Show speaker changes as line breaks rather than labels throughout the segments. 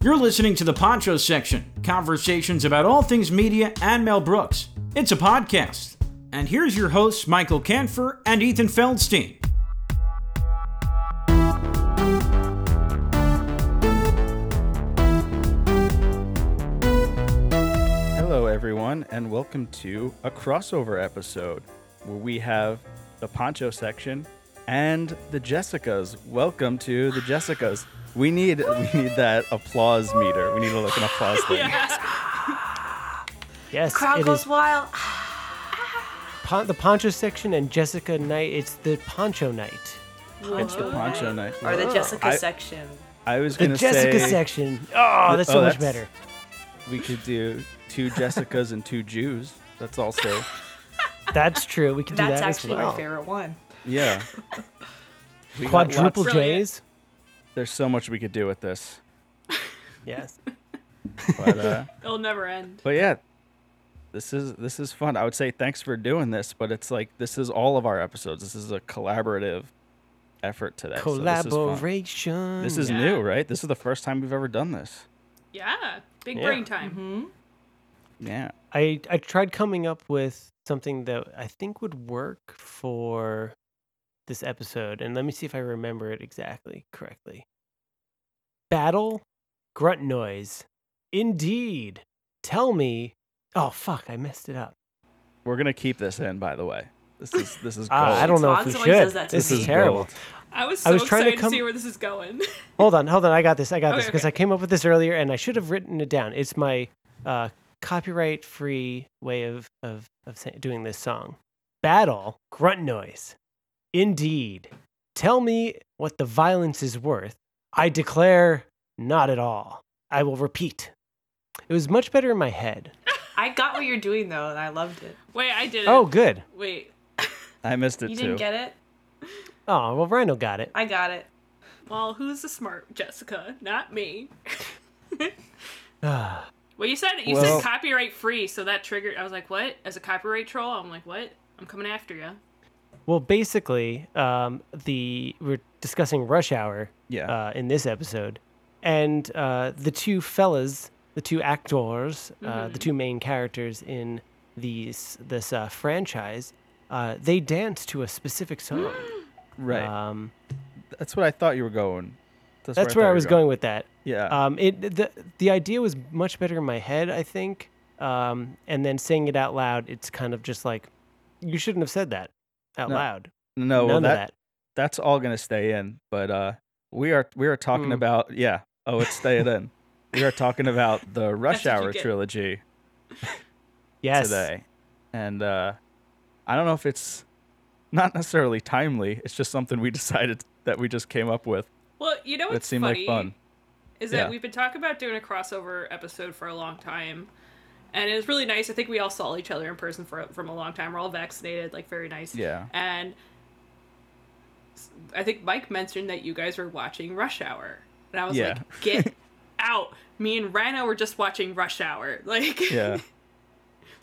You're listening to the Poncho Section conversations about all things media and Mel Brooks. It's a podcast. And here's your hosts, Michael Canfer and Ethan Feldstein.
Hello, everyone, and welcome to a crossover episode where we have the Poncho section and the Jessicas. Welcome to the Jessicas. We need we need that applause meter. We need to look an applause thing.
Yes,
Crowd
it
goes
is
wild.
pon- the poncho section and Jessica Knight. It's the poncho night.
It's the Poncho night.
Or the Jessica
I-
section.
I was
The
gonna
Jessica
say
section. Oh, that's so
oh,
much
that's-
better.
we could do two Jessicas and two Jews. That's also
That's true. We can do
That's
that
actually
as well.
my favorite one.
yeah. We got lots-
Quadruple
Brilliant.
J's.
There's so much we could do with this,
Yes.
but. Uh,
It'll never end.
But yeah, this is this is fun. I would say thanks for doing this, but it's like this is all of our episodes. This is a collaborative effort today. so this is fun.
Collaboration.
this is,
Yeah.
new, right? This is the first time we've ever done this.
Yeah. Big
Yeah.
brain time.
Mm-hmm.
Yeah.
I I tried coming up with something that I think would work for this episode, and let me see if I remember it exactly correctly. Battle, grunt noise. Indeed. Tell me. Oh fuck! I messed it up.
We're gonna keep this in, by the way. This is this is gold.
Ah, I don't know if we
Tongs always
should.
does that to
This
me.
is terrible.
gold.
I was so
I was trying
excited
to
to,
come-
see where this is going.
Hold on, hold on. I got this. I got this
Okay,
because
okay.
I came up with this earlier and I should have written it down. It's my uh, copyright free way of, of, of sa- doing this song. Battle, grunt noise. Indeed. Tell me what the violence is worth. I declare not at all. I will repeat. It was much better in my head.
I got what you're doing though, and I loved it.
Wait, I did it.
Oh, good.
Wait.
I missed it
You
too.
didn't get it?
Oh, well, Rhino got it.
I got it.
Well, who's the smart Jessica? Not me. well, you said you
Well-
said copyright free, so that triggered. I was like, what? As a copyright troll, I'm like, what? I'm coming after you.
Well, basically, um, the we're discussing rush hour
Yeah.
uh, in this episode, and uh, the two fellas, the two actors, uh,
Mm-hmm.
the two main characters in these this uh, franchise, uh, they dance to a specific song.
right.
um,
that's what I thought you were going.
that's
thought
where I
you were
was going with that.
Yeah.
Um, it the the idea was much better in my head, I think. Um, and then saying it out loud, it's kind of just like, you shouldn't have said that out
No.
loud.
no, well,
None
that,
of that.
that's all gonna stay in. But uh, we are we are talking
Mm.
about yeah. Oh, it's staying in. We are talking about the Rush
That's what you
Hour
get.
trilogy
Yes.
today, and uh, I don't know if it's not necessarily timely. It's just something we decided that we just came up with
Well, you know
that
what's
seemed
Oh, funny
like fun.
is that
Yeah.
we've been talking about doing a crossover episode for a long time, and it was really nice. I think we all saw each other in person for from a long time. We're all vaccinated, like very nice.
Yeah.
And s- I think Mike mentioned that you guys were watching Rush Hour, and I was
Yeah.
like, "Get out!" Me and Rhino were just watching Rush Hour. Like,
Yeah.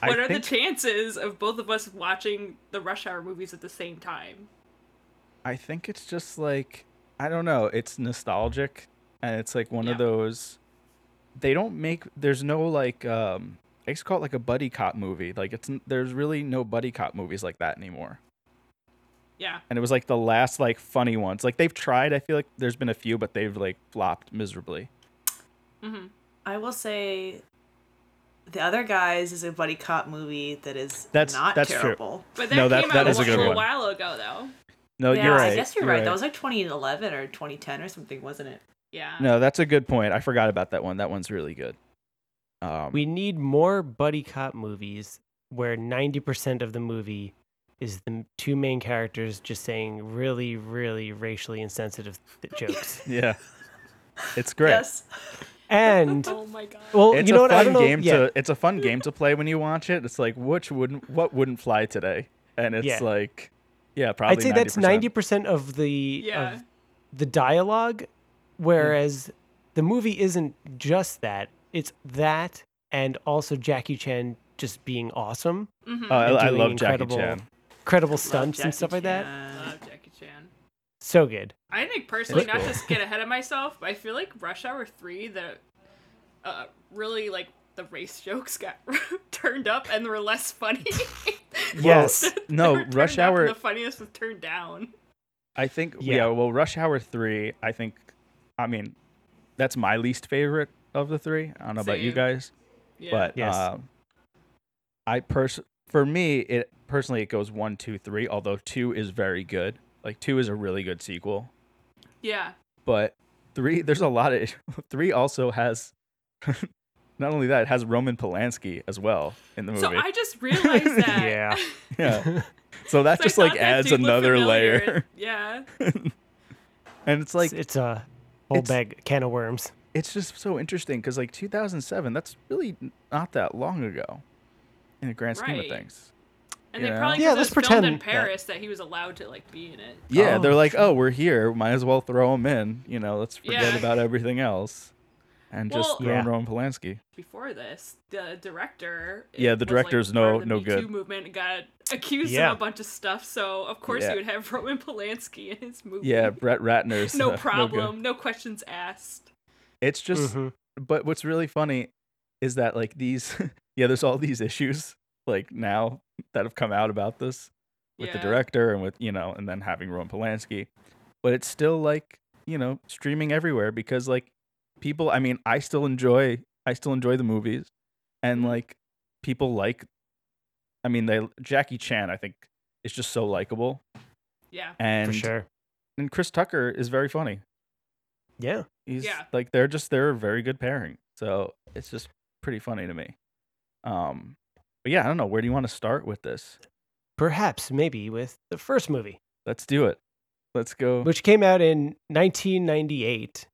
what are
think,
the chances of both of us watching the Rush Hour movies at the same time?
I think it's just like I don't know. It's nostalgic, and it's like one
Yeah.
of those. They don't make. There's no like. um I just call it like a buddy cop movie. Like it's n- there's really no buddy cop movies like that anymore.
Yeah.
And it was like the last like funny ones. Like they've tried. I feel like there's been a few, but they've like flopped miserably.
I will say the other guys is a buddy cop movie that is
That's-
not
that's true.
terrible.
But that
No, that-
came
that
out
is a
a,
good
little
one.
while ago, though.
No,
yeah,
you're right.
I guess you're,
you're
right. That was like 2011 or 2010 or something, wasn't it?
Yeah.
No, that's a good point. I forgot about that one. That one's really good. Um,
We need more buddy cop movies where 90% of the movie is the m- two main characters just saying really, really racially insensitive th- jokes.
yeah, it's great.
Yes.
And,
Oh my god.
well,
It's
you know
a
what? I
fun
don't know.
game
yeah,
to. It's a fun game to play when you watch it. It's like which wouldn't what wouldn't fly today, and it's
Yeah.
like, yeah, probably.
I'd say that's 90% of the,
Yeah.
of the dialogue,
Mm.
whereas the movie isn't just that. It's that and also Jackie Chan just being awesome,
Oh, I,
and
I
doing
love Jackie
incredible-
Chan.
credible
Love
stunts
Jackie
and stuff like that.
Oh.
Chan.
Love Jackie Chan.
So good.
I think personally,
It's
not
cool.
to get ahead of myself, but I feel like Rush Hour Three, the uh, really like the race jokes got turned up and were less funny.
Yes.
They
no,
were turned
Rush
up and
Hour.
The funniest was turned down.
I think yeah.
Yeah.
well, Rush Hour 3, I think I mean that's my least favorite of the 3. I don't know about you
Same.
guys,
Yeah.
but
Yes.
um, I pers for me it personally it goes one, two, three. although 2 is very good. Like 2 is a really good sequel,
yeah,
but 3 there's a lot of 3 also has not only that, it has Roman Polanski as well in the movie.
so I just realized that.
Yeah.
yeah. So that
So I
just like
thought that
adds
dude looked
another
familiar.
layer.
Yeah.
and it's like
it's, it's a whole
it's-
bag can of worms.
it's just so interesting because like 2007 that's really n- not that long ago in the grand scheme
Right.
of things
And
You
they
know?
probably
Yeah,
yeah,
let's
let's filmed in
pretend that-
Paris that. he was allowed to like be in it.
yeah
Oh.
they're like oh we're here might as well throw them in you know let's forget
Yeah.
about everything else and just
Well-
throw in
Yeah.
roman polanski
Before this, the director
Yeah, the
was, like,
director's
part
no-
of the
no
Me
good.
Too movement got accused
Yeah.
of a bunch of stuff, so of course
Yeah.
he would have Roman Polanski in his movie.
yeah brett ratner's uh,
no
good.
problem, no, questions asked.
it's just
Mhm.
but what's really funny is that like these yeah there's all these issues like now that have come out about this with the
Yeah.
director and with you know and then having Roman Polanski but it's still like you know streaming everywhere because like people I mean I still enjoy I still enjoy the movies and like people like I mean they Jackie Chan I think is just so likable
Yeah.
and
for sure.
and Chris Tucker is very funny
Yeah.
he's
Yeah.
like they're just they're a very good pairing so it's just pretty funny to me um but yeah i don't know where do you want to start with this
Perhaps maybe with the first movie,
let's do it let's go
which came out in 1998,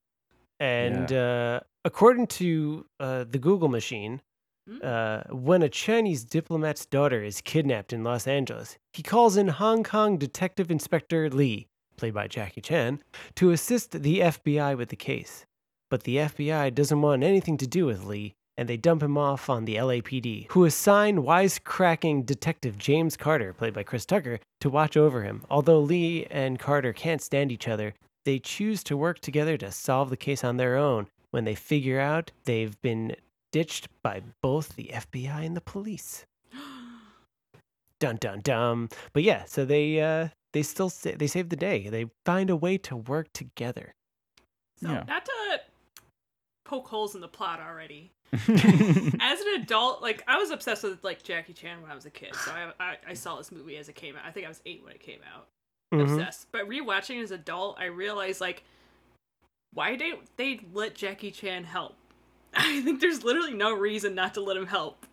and uh, according to uh, the Google machine,
Mm.
uh, when a Chinese diplomat's daughter is kidnapped in Los Angeles, he calls in Hong Kong Detective Inspector Lee, played by Jackie Chan, to assist the FBI with the case. But the FBI doesn't want anything to do with Lee, and they dump him off on the LAPD, who assign wisecracking Detective James Carter, played by Chris Tucker, to watch over him. Although Lee and Carter can't stand each other, they choose to work together to solve the case on their own when they figure out they've been ditched by both the FBI and the police. Dun dun dun. But yeah, so they uh, they still sa- they save the day. They find a way to work together.
So
Yeah.
not to poke holes in the plot already. As an adult, like I was obsessed with like Jackie Chan when I was a kid, so I I, I saw this movie as it came out. I think I was eight when it came out.
Mhm.
obsessed. But rewatching as an adult, I realized like why did they let Jackie Chan help? I think there's literally no reason not to let him help.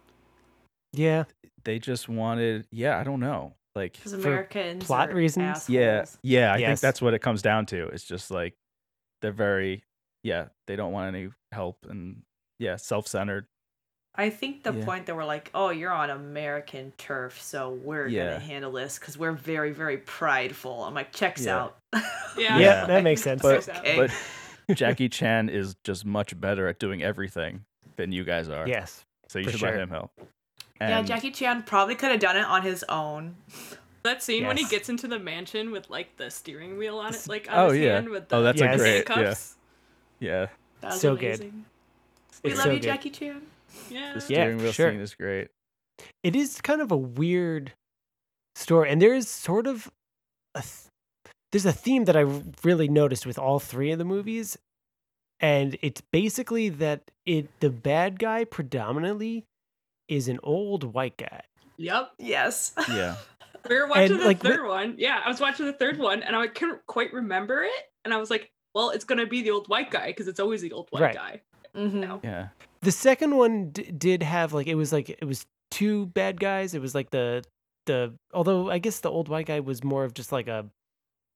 Yeah,
they just wanted yeah i don't know like
Because Americans
plot
are
reasons?
assholes.
yeah yeah i think
Yes.
that's what it comes down to it's just like they're very yeah they don't want any help and yeah self-centered
I think the
Yeah.
point that we're like, oh, you're on American turf, so we're
Yeah.
gonna handle this because we're very, very prideful. I'm like, checks
Yeah.
out.
Yeah.
Yeah,
that makes sense.
Checks
But-
out.
Okay.
but jackie chan is just much better at doing everything than you guys are
yes.
so you
for
should let
sure.
him help
yeah,
And-
Jackie Chan probably could have done it on his own.
that scene when he
Yes.
gets into the mansion with like the steering wheel on it, like on
Oh,
his
yeah.
hand with the
Oh, that's
a
the
great- yeah.
handcuffs.
Yeah,
That was
So good.
amazing. We
It's
love
so
you,
good.
Jackie Chan.
Yeah.
the
Yeah,
steering
for
wheel
sure.
scene is great.
It is kind of a weird story, and there is sort of a th- there's a theme that I really noticed with all three of the movies, and it's basically that it the bad guy predominantly is an old white guy.
Yep.
Yes.
Yeah,
We were watching
And,
the
like,
third one. Yeah, I was watching the third one and I couldn't quite remember it. And I was like, well, it's gonna be the old white guy because it's always the old white
Right.
guy.
Mhm.
No.
yeah,
The second one d- did have like it was like it was two bad guys. It was like the the although I guess the old white guy was more of just like a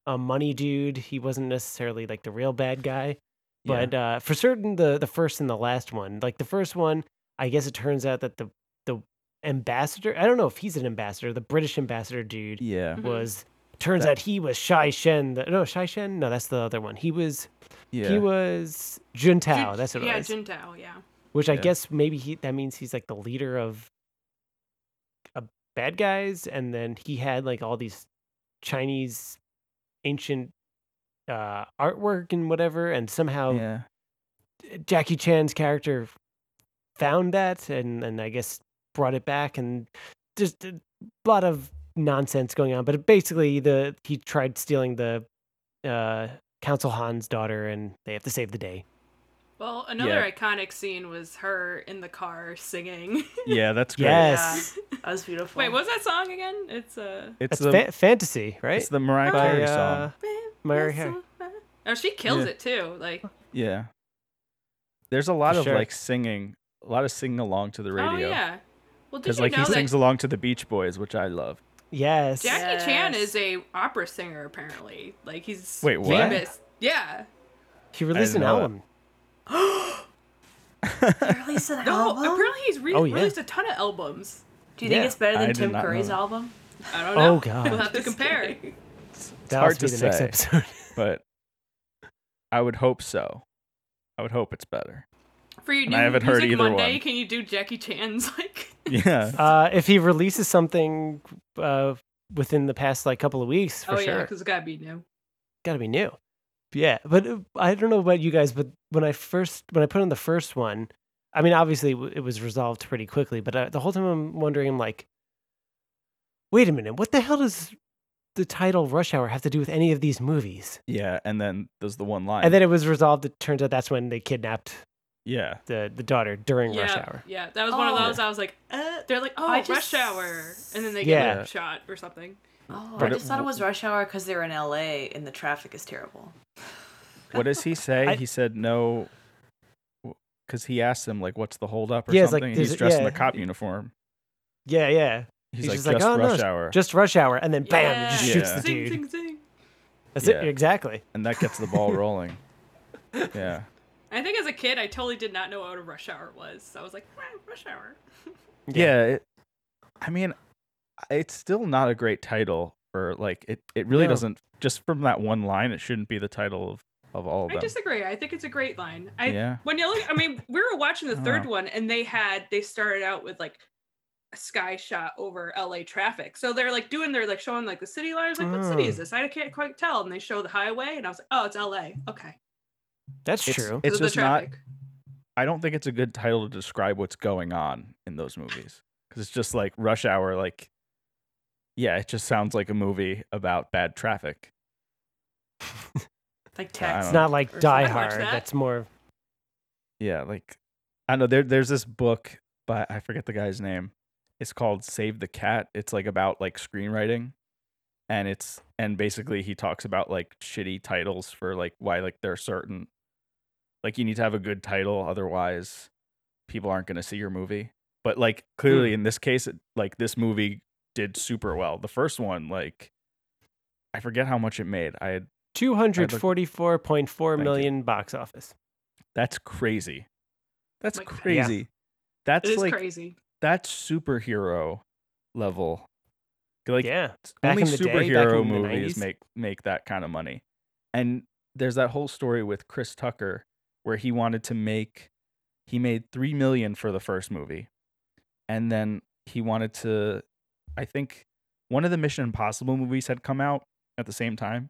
a money dude. He wasn't necessarily like the real bad guy. But uh, for certain, the the first and the last one, like the first one, I guess it turns out that the the ambassador, I don't know if he's an ambassador, the British ambassador dude
yeah, Mm-hmm.
Mhm.
was. Turns
That-
out he was Shai Shen. The, no, Shai Shen. No, that's the other one. He was
yeah,
he was Jun Tao.
Jin-
That's what it
yeah,
was.
Jin Tao, yeah.
Which I
Yeah.
guess maybe he that means he's like the leader of a bad guys, and then he had like all these Chinese ancient uh artwork and whatever, and somehow
yeah.
Jackie Chan's character found that and and I guess brought it back and just a lot of nonsense going on. But basically, the he tried stealing the uh, Council Han's daughter, and they have to save the day.
Well, another iconic scene was her in the car singing.
Yeah, that's great.
Yes,
That was beautiful.
Wait, what's that song again? It's uh,
It's
that's
the
fa- fantasy, right?
it's the Mariah
By,
Carey
uh,
song.
Mary Harry.
Oh, she kills
Yeah.
it too. Like, oh,
Yeah. There's a lot
For
of
sure.
like singing, a lot of singing along to the
oh
radio.
yeah. Well, did
Because
you
like
know
he
that
sings along to the Beach Boys, which I love.
yes.
Jackie Chan
Yes.
is a opera singer apparently. Like he's
Wait, what?
famous. Yeah.
He released an
know that.
album.
They released an
No,
album?
apparently he's re-
Oh, yeah.
released a ton of albums.
Do you think
Yeah.
it's better
I
than
did
Tim
not know
Curry's
that.
album?
I don't know.
Oh, God.
We'll have to
Just
compare.
kidding.
It's
That'll
hard
be
to
the
say,
next episode.
but I would hope so. I would hope it's better.
For your
And
new
I haven't heard
music
either
Monday,
one.
can you do Jackie Chan's like
Yeah.
uh, if he releases something uh, within the past like couple of weeks, for
Oh yeah,
sure,
because it's gotta be new.
gotta be new. Yeah, but uh, I don't know about you guys, but when I first when I put on the first one, I mean, obviously w- it was resolved pretty quickly, but uh the whole time I'm wondering, I'm like, wait a minute, what the hell does the title Rush Hour have to do with any of these movies?
yeah. And then there's the one line.
And then it was resolved. It turns out that's when they kidnapped
yeah.
the the daughter during Rush
yeah,
Hour.
yeah. That was one of
Oh.
those I was like,
Uh,
they're like, oh,
I just-
rush hour, and then they get
Yeah.
like, shot or something.
oh, I
But
just
it-
thought it was rush hour because they were in LA and the traffic is terrible.
What does he say?
I-
he said no. Because he asked him like, "What's the holdup?" or
Yeah, it's like,
something. and he's
there's-
dressed in
yeah.
a cop uniform.
Yeah, yeah.
He's,
He's
like,
just
just,
like, "Oh, no,
rush
it's
hour,
Just Rush Hour, and then bam, it just
Yeah.
shoots
Yeah.
the
Zing,
dude.
zing, zing.
That's it.
Yeah.
Exactly.
and that gets the ball rolling. yeah.
I think as a kid, I totally did not know what a rush hour was. So I was like, "Wow, rush hour.
yeah it, i mean it's still not a great title or like it, it really
No.
doesn't just from that one line it shouldn't be the title of, of all of
I
them
disagree. I think it's a great line. I
Yeah. Uh-huh.
when you look, I mean, we were watching
I
the
don't
third
know.
one, and they had they started out with like a sky shot over LA traffic. So they're like doing they're like showing like the city line. I was like, what city is
Oh.
this? I can't quite tell. And they show the highway, and I was like, oh, it's LA. Okay,
That's
It's-
true.
it's
So the
just not-
traffic.
i don't think it's a good title to describe what's going on in those movies because it's just like rush hour like yeah it just sounds like a movie about bad traffic
Like
I
taxi.
It's
don't
not like
Or
Die
something. I'd watch
Hard.
that.
That's more.
yeah like i know there, there's this book but i forget the guy's name it's called save the cat it's like about like screenwriting and it's and basically he talks about like shitty titles for like why like they're certain like you need to have a good title otherwise people aren't going to see your movie but like clearly
Hmm.
in this case it, like this movie did super well the first one like i forget how much it made i had
Two hundred forty-four point four
Thank you.
million box office.
that's crazy that's
Like, yeah.
crazy that's
It is
like
crazy.
that's superhero level. Like
yeah, back
only
in the day, back
superhero
in the
movies
90s.
make make that kind of money. And there's that whole story with Chris Tucker where he wanted to make he made 3 million for the first movie. And then he wanted to I think one of the Mission Impossible movies had come out at the same time.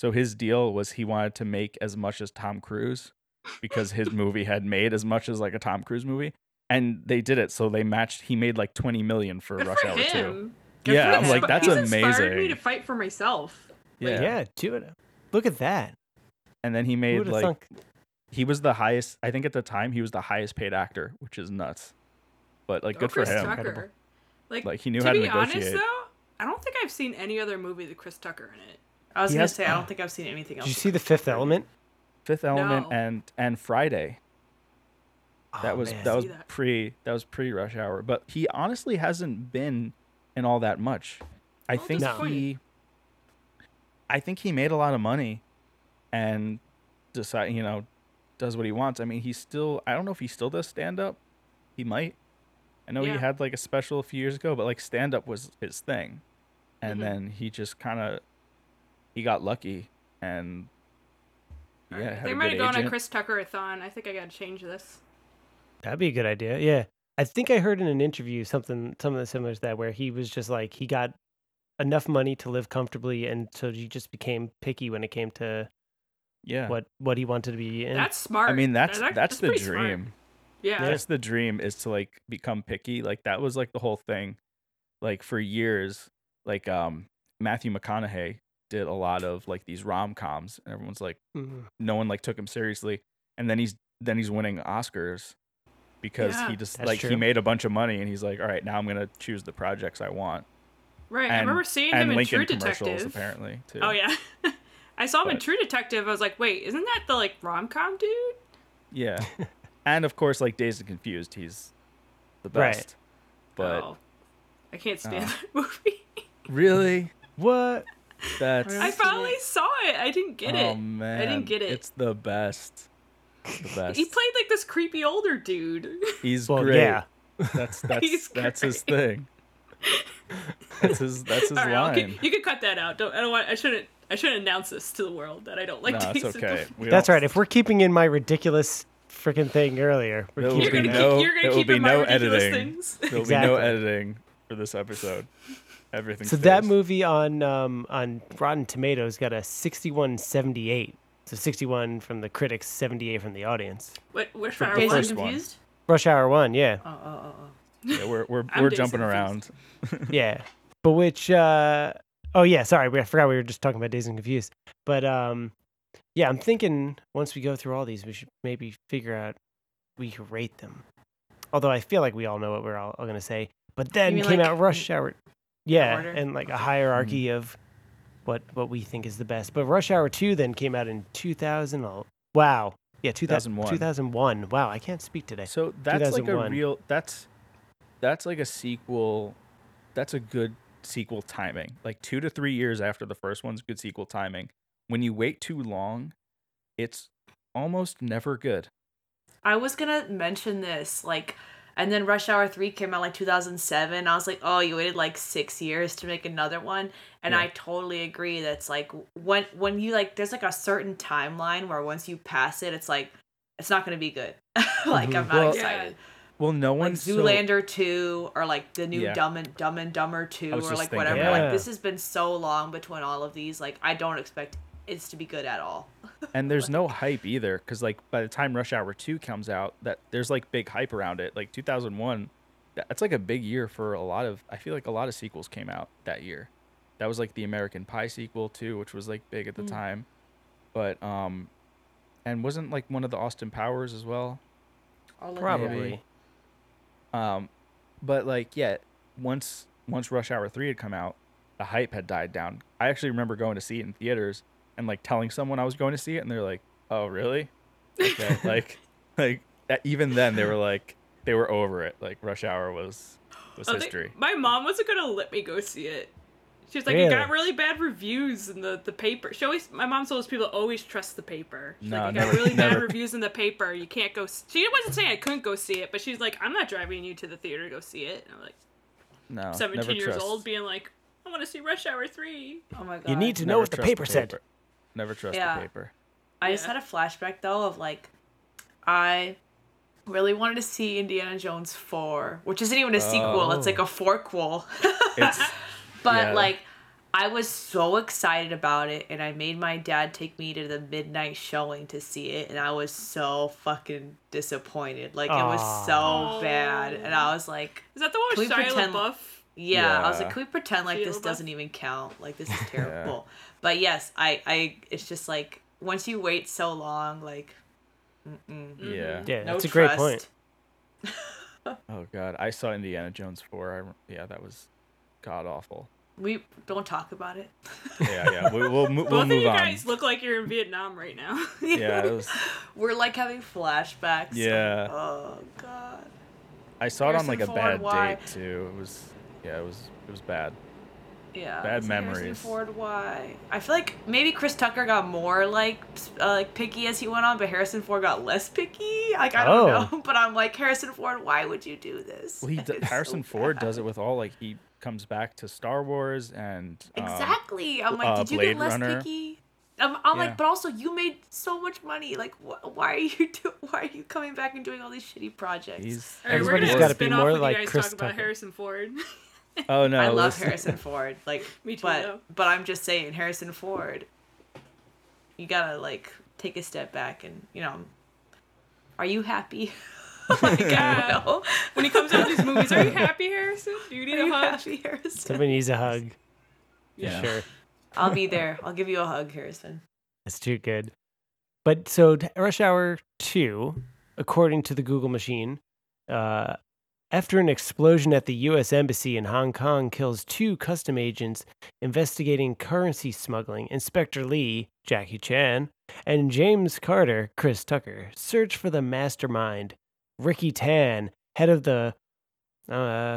So his deal was he wanted to make as much as Tom Cruise because his movie had made as much as like a Tom Cruise movie. And they did it. So they matched he made like 20 million for
Good
Rush
for
Hour 2.
him.
Good
yeah,
for
I'm
him.
like that's
He's inspired me
amazing.
to fight for myself.
yeah. do it. Look at that.
And then he
Who
made
would've
like
thunk?
he was the highest I think at the time he was the highest paid actor, which is nuts. But like
Oh,
good for
Chris
him.
Tucker. Like,
Like, he knew
to
how to
be honest
negotiate.
though, I don't think I've seen any other movie with Chris Tucker in it.
I was
He
gonna
has-
say I don't think I've seen anything else.
Did you see the Fifth Element?
Fifth Element
No.
and and Friday. That
Oh,
was
man.
that was
See that.
pre that was pre rush hour, but he honestly hasn't been in all that much. I
little
think
disappointed.
he I think he made a lot of money and decide, you know, does what he wants. I mean, he's still I don't know if he still does stand up. He might. I know
Yeah.
he had like a special a few years ago, but like stand up was his thing. And
Mhm.
then he just kind of he got lucky and yeah,
Alright,
had
they
a
might
good
have gone
agent.
on Chris Tucker a thon. I think I gotta change this.
That'd be a good idea. Yeah. I think I heard in an interview something something similar to that where he was just like he got enough money to live comfortably and so he just became picky when it came to
Yeah.
what what he wanted to be in.
That's smart.
I mean, that's
That-
that's the
pretty smart.
dream.
Yeah.
that's the dream is to like become picky. Like that was like the whole thing. Like for years, like um Matthew McConaughey did a lot of like these rom coms, and everyone's like,
Mhm.
no one like took him seriously, and then he's then he's winning Oscars because
Yeah.
he just
That's
like he
true.
made a bunch of money, and he's like, all right, now I'm gonna choose the projects I want.
Right. I
And-
remember seeing
And
him in
Lincoln
True
commercials
Detective.
apparently too.
Oh yeah. I saw him in
But-
True Detective. I was like, wait, isn't that the like rom com dude?
yeah, and of course like Dazed and Confused, he's the
Right.
best. But Uh-huh.
oh, I can't stand that movie.
really, what? That's
I finally saw it. I didn't get
oh
it.
man,
I didn't get it.
It's the best. The best.
He played like this creepy older dude.
He's
Well,
great.
yeah.
That's that's
He's
that's his thing. That's his that's his
All right, I'll
line.
keep- you can cut that out. Don't. I don't want. I shouldn't. I shouldn't announce this to the world that I don't like.
no, it's
Jason
okay.
Blum.
We
That's
don't-
right. If we're keeping in my ridiculous freaking thing earlier, we're
That will
You're
be
gonna
keeping
keep.
it.
no-
you're
there
gonna
will
keep
be
in my
no
ridiculous
editing.
things.
There'll be no
Exactly.
editing for this episode. Everything.
So that
stays.
movie on um, on Rotten Tomatoes got a sixty-one seventy-eight. So sixty-one from the critics, seventy-eight from the audience.
What? Which
For
one?
the
Jason
first one.
confused?
Rush Hour One, yeah,
Oh, oh, oh, oh.
Yeah, we're we're,
I'm
we're
Jason
jumping around.
yeah. But which, uh, oh yeah, sorry, we, I forgot we were just talking about Days and Confused. But um, yeah, I'm thinking once we go through all these, we should maybe figure out we could rate them. Although I feel like we all know what we're all, all gonna say. But then
mean,
came
like,
out Rush Hour, yeah,
order?
and like a hierarchy of what what we think is the best. But Rush Hour Two then came out in 2000. oh, Wow, yeah, 2000,
2001.
2001. Wow, I can't speak today.
So that's like a
2001.
real. That's that's like a sequel. That's a good sequel timing. Like two to three years after the first one's good sequel timing. When you wait too long, it's almost never good.
I was gonna mention this, like, and then Rush Hour Three came out like 2007. I was like, oh, you waited like six years to make another one, and
Yeah.
I totally agree. That's like when when you like, there's like a certain timeline where once you pass it, it's like it's not gonna be good. like I'm not
Mm-hmm. Well-
excited.
Well, no
Like
one's so-
Zoolander two or like the new
Yeah.
Dumb and Dumb and Dumber two
I
or
was just
like
thinking
whatever.
that. Yeah.
Like this has been so long between all of these. Like I don't expect it's to be good at all.
and there's no hype either because like by the time rush hour 2 comes out that there's like big hype around it like 2001 tha- that's like a big year for a lot of i feel like a lot of sequels came out that year that was like the american pie sequel too which was like big at the time but um and wasn't like one of the austin powers as well
All of them.
Probably.
Maybe. um, but like, yeah, once once Rush Hour Three had come out, the hype had died down. I actually remember going to see it in theaters and like telling someone I was going to see it, and they're like, "Oh, really?" Okay, like, like that, even then they were like, they were over it. Like Rush Hour was was
Oh, they-
history.
my mom wasn't gonna let me go see it. She was like, it got really bad reviews in the, the paper. She always, my mom's always people always trust the paper. She's
No,
like, it
never-
got really
never.
bad reviews in the paper. You can't go. s- She wasn't saying I couldn't go see it, but she's like, I'm not driving you to the theater to go see it. And I'm like,
No,
17
never
years
trust.
old, being like, I want to see Rush Hour three.
Oh my god.
You need to know
Never
what the
trust
paper said.
Never trust
Yeah.
the paper.
I just
Yeah.
had a flashback though of like I really wanted to see Indiana Jones 4, which isn't even a sequel, it's like
Oh.
a forquel.
It's
but
Yeah.
like I was so excited about it and I made my dad take me to the midnight showing to see it and I was so fucking disappointed. Like it was so
Aw.
bad and I was like
Is that the one with
Can we
Shia
pretend-
LaBeouf?
yeah, I was
Yeah.
like, can we pretend like
Shia
this
LaBeouf?
doesn't even count? Like this is terrible. But yes, I, I, it's just like once you wait so long, like
Mm-hmm.
yeah.
Yeah,
no
that's a
trust.
great point.
Oh god, I saw Indiana Jones four. I rem- yeah, that was god awful.
We don't talk about it.
Yeah, yeah. We, we'll mo- we'll
Both of
move
you
on.
guys look like you're in Vietnam right now.
yeah, it was
We're like having flashbacks.
Yeah.
Oh God.
I saw it on
Harrison
like a
Ford,
bad
why?
date too. It was yeah, it was it was bad.
Yeah.
Bad
it's Harrison
memories.
Ford, why? I feel like maybe Chris Tucker got more like s- uh, like picky as he went on, but Harrison Ford got less picky. Like I don't
Oh.
know, but I'm like Harrison Ford, why would you do this?
Well, he d-
It's so
Harrison Ford
bad.
does it with all like he comes back to Star Wars and um,
Exactly. I'm
uh,
like, did you
Blade
get less
Runner.
picky? I'm,
Um,
I'm
Yeah.
like, but also you made so much money. Like, wh- why are you do- why are you coming back and doing all these shitty projects?
he's
All right, we're
Everybody's
gonna have
gotta
a
be
spin off
more
with
like
you guys
Chris
talking about
Tucker.
Harrison Ford.
Oh no,
I love
this-
Harrison Ford. Like,
Me too,
But
though.
but I'm just saying, Harrison Ford. You gotta like take a step back and you know. Are you happy?
my god.
No.
When he comes out with these movies, are you happy, Harrison? Do you need
Are
a
you
hug?
happy, Harrison?
Somebody needs a hug.
Yeah.
Sure.
I'll be there. I'll give you a hug, Harrison.
That's too good. But so t- Rush Hour 2, according to the Google machine, uh, after an explosion at the U.S. Embassy in Hong Kong kills two custom agents investigating currency smuggling, Inspector Lee, Jackie Chan, and James Carter, Chris Tucker, search for the mastermind, Ricky Tan, head of the uh,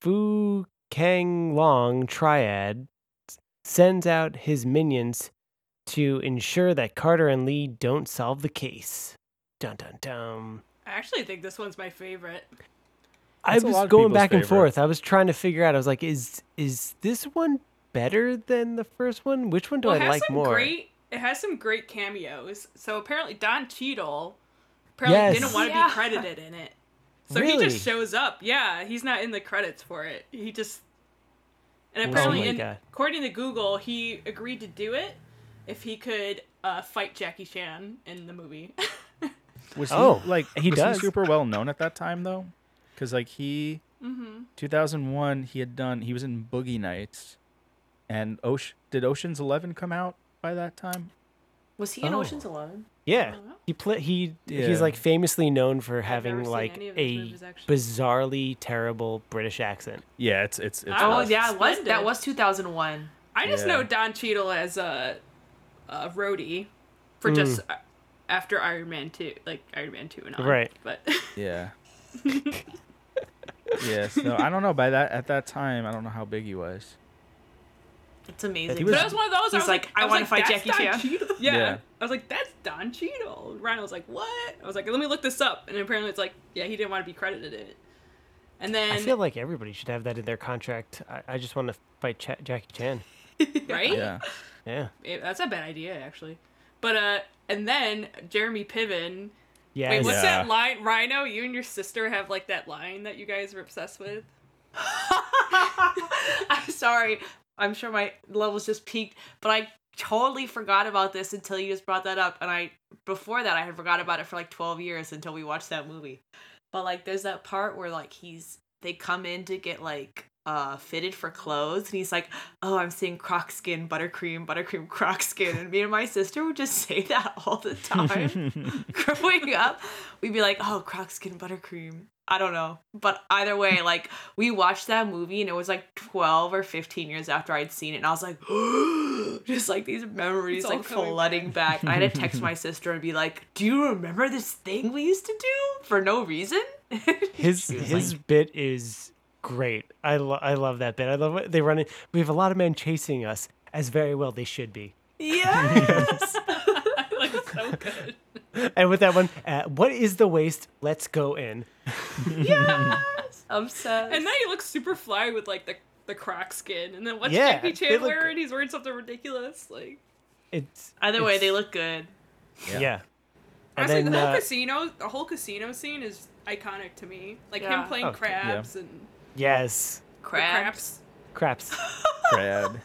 Fu Kang Long Triad, sends out his minions to ensure that Carter and Lee don't solve the case. Dun dun dun.
I actually think this one's my favorite.
That's a
I
lot
was
of
going
people's
back and
favorite.
forth. I was trying to figure out. I was like, is is this one better than the first one? Which one do
well, it
I
has
like
some
more?
great. It has some great cameos. So apparently Don Cheadle apparently
Yes.
didn't want to
Yeah.
be credited in it. So he
Really?
just shows up. Yeah, he's not in the credits for it. He just and
Oh
apparently,
my
in-
God.
according to Google, he agreed to do it if he could uh, fight Jackie Chan in the movie.
Was he
Oh,
like
he
was
does.
super well known at that time though? Because like he,
mm-hmm.
2001, he had done he was in Boogie Nights, and Ocean did Ocean's Eleven come out by that time?
Was he in
Oh.
Ocean's Eleven?
Yeah, he play he
Yeah.
he's like famously known for having
never seen
like
any of
a
these movies, actually.
bizarrely terrible British accent.
Yeah, it's it's it's.
Oh,
Oh,
That's
yeah, it was, that
splendid.
was 2001.
I just
Yeah.
know Don Cheadle as a, a roadie for just uh, after Iron Man two, like Iron Man two and on.
Mm. Right.
But
Yeah. yeah. So I don't know. By that at that time, I don't know how big he was.
It's amazing.
He
but
was-
that was one of those. I
He's
was like,
like, I
was
wanna
like,
fight
"That's
Jackie Chan."
Don Cheadle. Yeah.
Yeah.
I was like, that's Don Cheadle. Ryan was like, what? I was like, let me look this up. And apparently, it's like, yeah, he didn't want to be credited in it. And then
I feel like everybody should have that in their contract. I, I just want to fight Cha Jackie Chan.
right,
Yeah.
Yeah.
Yeah, that's a bad idea actually. But uh, and then Jeremy Piven.
Yes.
Wait, what's
Yeah.
that line? Rhino, you and your sister have like that line that you guys were obsessed with.
I'm sorry. I'm sure my levels just peaked, but I totally forgot about this until you just brought that up. And I, before that, I had forgot about it for like 12 years until we watched that movie. But like, there's that part where like he's, they come in to get like, uh, fitted for clothes, and he's like, "Oh, I'm seeing croc skin, buttercream, buttercream, croc skin," and me and my sister would just say that all the time growing up, we'd be like, oh, croc skin buttercream. I don't know. But either way, like, we watched that movie and it was like 12 or 15 years after I'd seen it. And I was like, just like these memories
It's all
like
coming
flooding back. I had to text my sister and be like, do you remember this thing we used to do for no reason?
His
She was
his bit is great. I lo- I love that bit. I love what they run in. We have a lot of men chasing us, as very well they should be.
yes.
like so good.
And with that one, uh, what is the waste? Let's go in.
Obsessed.
And then he looks super fly with like the the croc skin, and then what's
Yeah,
Jackie
they
Chan
look-
wearing? He's wearing something ridiculous. Like
It's
either way,
it's-
they look good.
yeah. And
honestly,
then,
the whole
uh,
casino, the whole casino scene is iconic to me. Like
Yeah.
him playing
Oh,
crabs and
yes,
the
Crabs.
craps.
craps.
Crab.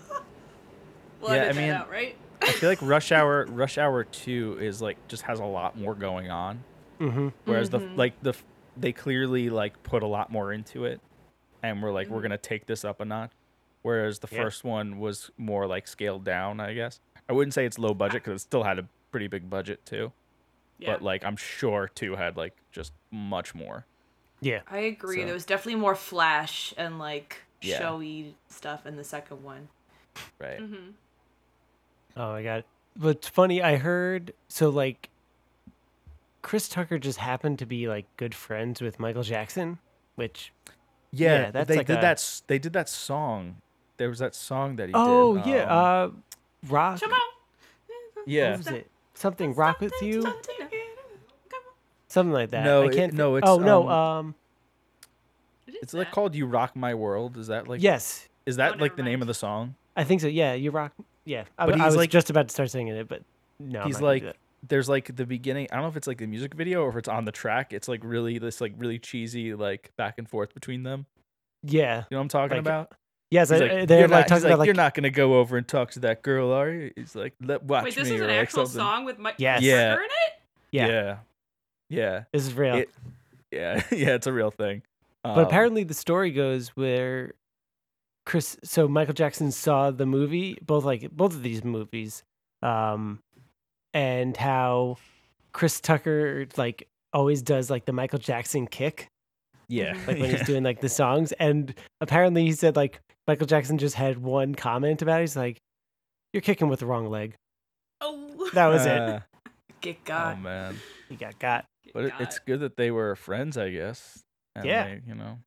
We'll
Yeah,
edit
I
that
mean-
out, right?
I feel like Rush Hour Rush Hour Two is like just has a lot more going on.
hmm
Whereas the like the f- they clearly like put a lot more into it, and we're like we're gonna take this up a notch. Whereas the
Yeah.
first one was more like scaled down, I guess. I wouldn't say it's low budget because it still had a pretty big budget too.
Yeah.
But like I'm sure two had like just much more.
Yeah,
I agree.
So-
There was definitely more flash and like
Yeah.
showy stuff in the second one.
Right.
Oh my god. But it's funny, I heard so like Chris Tucker just happened to be like good friends with Michael Jackson, which
Yeah,
Yeah, that's
they
like
did
a-
that. s- They did that song. There was that song that he
Oh
did.
yeah,
um,
uh rock
Come on.
yeah.
what was it? Something rock with you?
Come on.
Something like that.
No,
I
it-
can't thi-
no, it's,
Oh
um,
no, um
It is
It's like
that.
called "You Rock My World." Is that like?
yes.
Is
Oh,
that
never
like the name
mind.
of the song?
I think so. Yeah, you rock yeah. I,
But
I
he's
was
like-
just about to start singing it, but no. I'm
He's
not gonna
like,
do that.
there's like the beginning. I don't know if it's like the music video or if it's on the track. It's like really this like really cheesy like back and forth between them.
Yeah.
You know what I'm talking
Like,
about?
Yes, I,
He's like,
they're
"You're not-
like
he's
talking about like,
you're not gonna go over and talk to that girl, are you? He's like, let watch
Wait,
me.
this is
or
an
like
actual
something.
song with Mike
Yes.
Tucker
Yeah.
in it.
Yeah.
yeah, yeah.
this is real.
It- Yeah, yeah, it's a real thing. Oh. Um,
But apparently, the story goes where Chris. So Michael Jackson saw the movie, both like both of these movies, um, and how Chris Tucker like always does like the Michael Jackson kick,
yeah,
like when
yeah.
he's doing like the songs. And apparently, he said like Michael Jackson just had one comment about it. He's like, "You're kicking with the wrong leg."
Oh,
That was
Uh,
Get
Oh
God.
man,
it. He got got.
Oh, but it, it's good that they were friends, I guess. And
Yeah.
they, you know.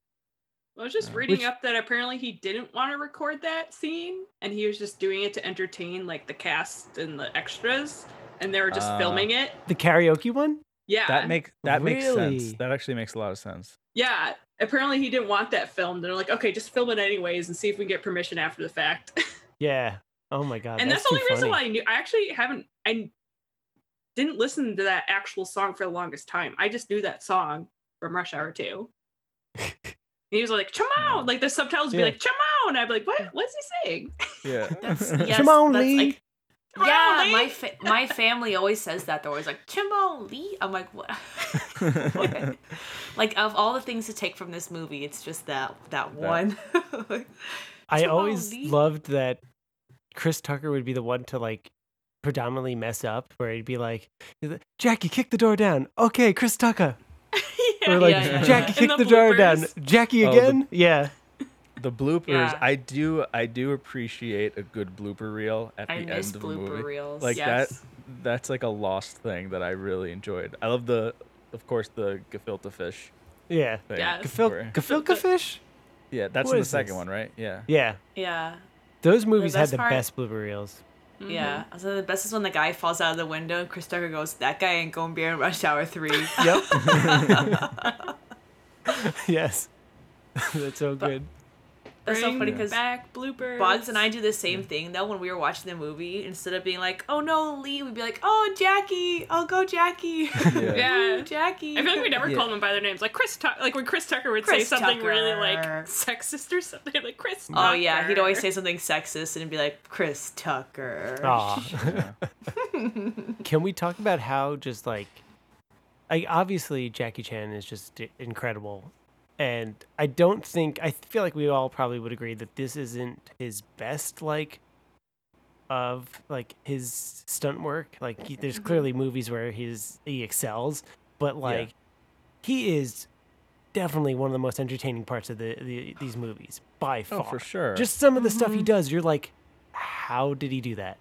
I was just
Yeah.
reading
Which-
up that apparently he didn't want to record that scene, and he was just doing it to entertain like the cast and the extras, and they were just
Ah.
filming it.
The karaoke one?
Yeah,
That make that makes sense.
Really?
That actually makes a lot of sense.
yeah. Apparently, he didn't want that filmed. They're like, okay, just film it anyways, and see if we can get permission after the fact.
Yeah. Oh my god.
and that's, the
Ah, too
only
funny.
reason why I knew. I actually haven't. I didn't listen to that actual song for the longest time. I just knew that song from Rush Hour Two. And he was like, "Come on!" Like the subtitles would
Yeah.
be like, "Come on!" I'd be like, "What? What's he saying?"
Yeah.
That's, yes,
Shimon
that's
Lee.
like-
Shimon
yeah,
Lee.
my fa- my family always says that. They're always like Chimon Lee. I'm like, what? What? like of all the things to take from this movie, it's just that that one.
I
Jamal
always
Lee.
loved that Chris Tucker would be the one to like predominantly mess up, where he'd be like, he's like, "Jackie, kick the door down." Okay, Chris Tucker.
Yeah.
or like,
yeah, yeah.
"Jackie,
And
kick
the
the, door down."
bloopers.
Jackie
Oh, the-
again? Yeah.
the bloopers,
Yeah.
I do I do appreciate a good blooper reel at
I
the
miss
end of a movie.
blooper reels.
Like
Yes.
that that's like a lost thing that I really enjoyed. I love the of course the gefilte fish
Yeah.
thing.
Yes.
Gefil-
where-
Gefilka fish?
yeah, that's
What
in the
is
second
this?
one, right? Yeah.
Yeah.
yeah,
Those movies had
best
the
part-
best blooper reels.
yeah. So the best is when the guy falls out of the window. and Chris Tucker goes, "That guy ain't going to be in Rush Hour 3.
Yep. yes. That's so good.
That's so
Bring
funny because
back bloopers.
Boggs and I do the same thing though when we were watching the movie. Instead of being like, "Oh no, Lee," we'd be like, "Oh Jackie, oh go Jackie,
Yeah.
Yeah.
Jackie."
I feel like we never
Yeah.
called them by their names. Like Chris, Tuck like when Chris Tucker would say
Chris
something really like
Tucker.
sexist or something, like Chris.
Oh yeah, he'd always
Tucker.
say something sexist and be like, "Chris Tucker."
Aw. Can we talk about how just like, like obviously Jackie Chan is just i- incredible, and I don't think I feel like we all probably would agree that this isn't his best like, of like his stunt work. Like he,
Mm-hmm.
there's clearly movies where his he excels, but like he is definitely one of the most entertaining parts of the, the these movies by far.
Oh, for sure. Mm-hmm.
Just some of the stuff he does, you're like, how did he do that?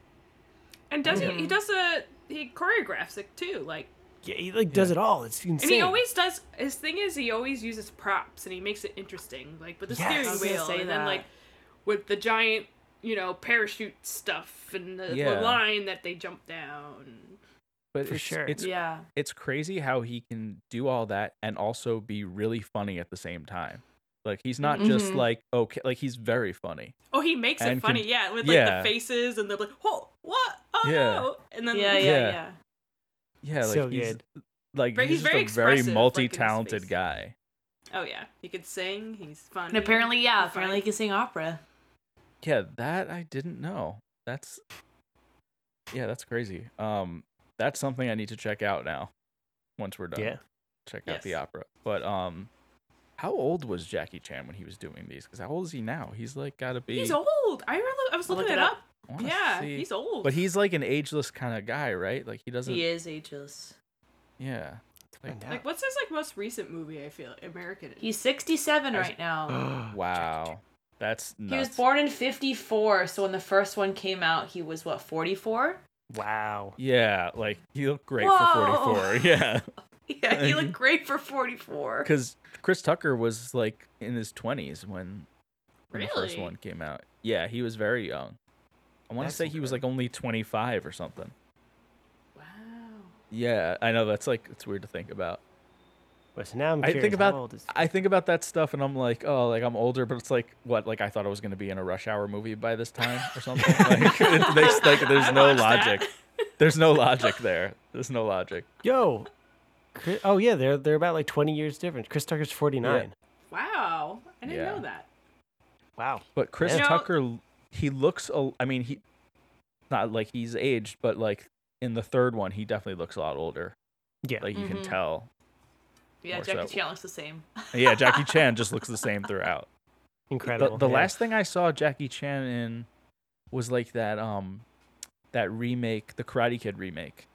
And does he? He
Mm-hmm.
does a he choreographs it too. Like
Yeah, he like does it all. It's insane.
and he always does. His thing is he always uses props and he makes it interesting. Like with the
Yes. I
steering
was
gonna
wheel
say
and
that.
then like with the giant you know parachute stuff and the,
Yeah.
the line that they jump down.
but
For
it's,
sure.
it's
Yeah.
it's crazy how he can do all that and also be really funny at the same time. Like he's not just
Mhm.
Mm-hmm.
like okay, like he's very funny.
Oh, he makes
And
it funny,
can-
yeah, with like
yeah.
the faces and they're like, "Whoa, what? Oh
Yeah.
no!" And then
Yeah, yeah,
Yeah.
yeah,
Yeah, like
So
he's
good.
like
Right,
he's,
he's
just
very
a very
expressive, like, in his
multi-talented
face.
guy.
Oh yeah, he could sing. He's funny.
And apparently, yeah,
he's
apparently he
funny.
can sing opera.
Yeah, that I didn't know. That's yeah, that's crazy. Um, that's something I need to check out now. Once we're done,
yeah.
check out the
Yes.
opera. But um, how old was Jackie Chan when he was doing these? Because how old is he now? He's like gotta be.
He's old. I remember. I was
I'll
looking
look
it
it
up.
I wanna
Yeah,
see-
he's old.
But he's like an ageless kind of guy, right? Like he doesn't.
He is ageless.
Yeah.
Find out.
like, what's his like most recent movie? I feel American.
He's 67
I was-
right now.
Wow. That's nuts.
He was born in 54, so when the first one came out, he was what 44?
Wow.
Yeah, like he looked great
Whoa.
for 44. Yeah.
Yeah, he looked great for 44.
Because Chris Tucker was like in his 20s when, when the first
Really?
one came out. Yeah, he was very young. I want to
That's
say he was like only 25 or something.
Wow.
Yeah, I know that's like it's weird to think about.
Well, so now I'm
I
curious.
think
how
about
old is
I think about that stuff and I'm like, oh, like I'm older, but it's like what? Like I thought I was gonna be in a rush hour movie by this time or something. like, it- there's, like there's
I'd
no
watch that.
logic. There's no logic there. There's no logic.
yo. Chri- Oh yeah, they're they're about like 20 years different. Chris Tucker's 49.
Wow. I didn't
Yeah.
know that.
Wow.
But Chris
You know-
Tucker, l- he looks. a- I mean, he not like he's aged, but like in the third one, he definitely looks a lot older.
Yeah.
Like you can
Mhm.
tell.
Yeah,
More
Jackie
so.
Chan looks the same.
yeah, Jackie Chan just looks the same throughout. The,
Incredible.
the
yeah.
last thing I saw Jackie Chan in was like that um that remake, the Karate Kid remake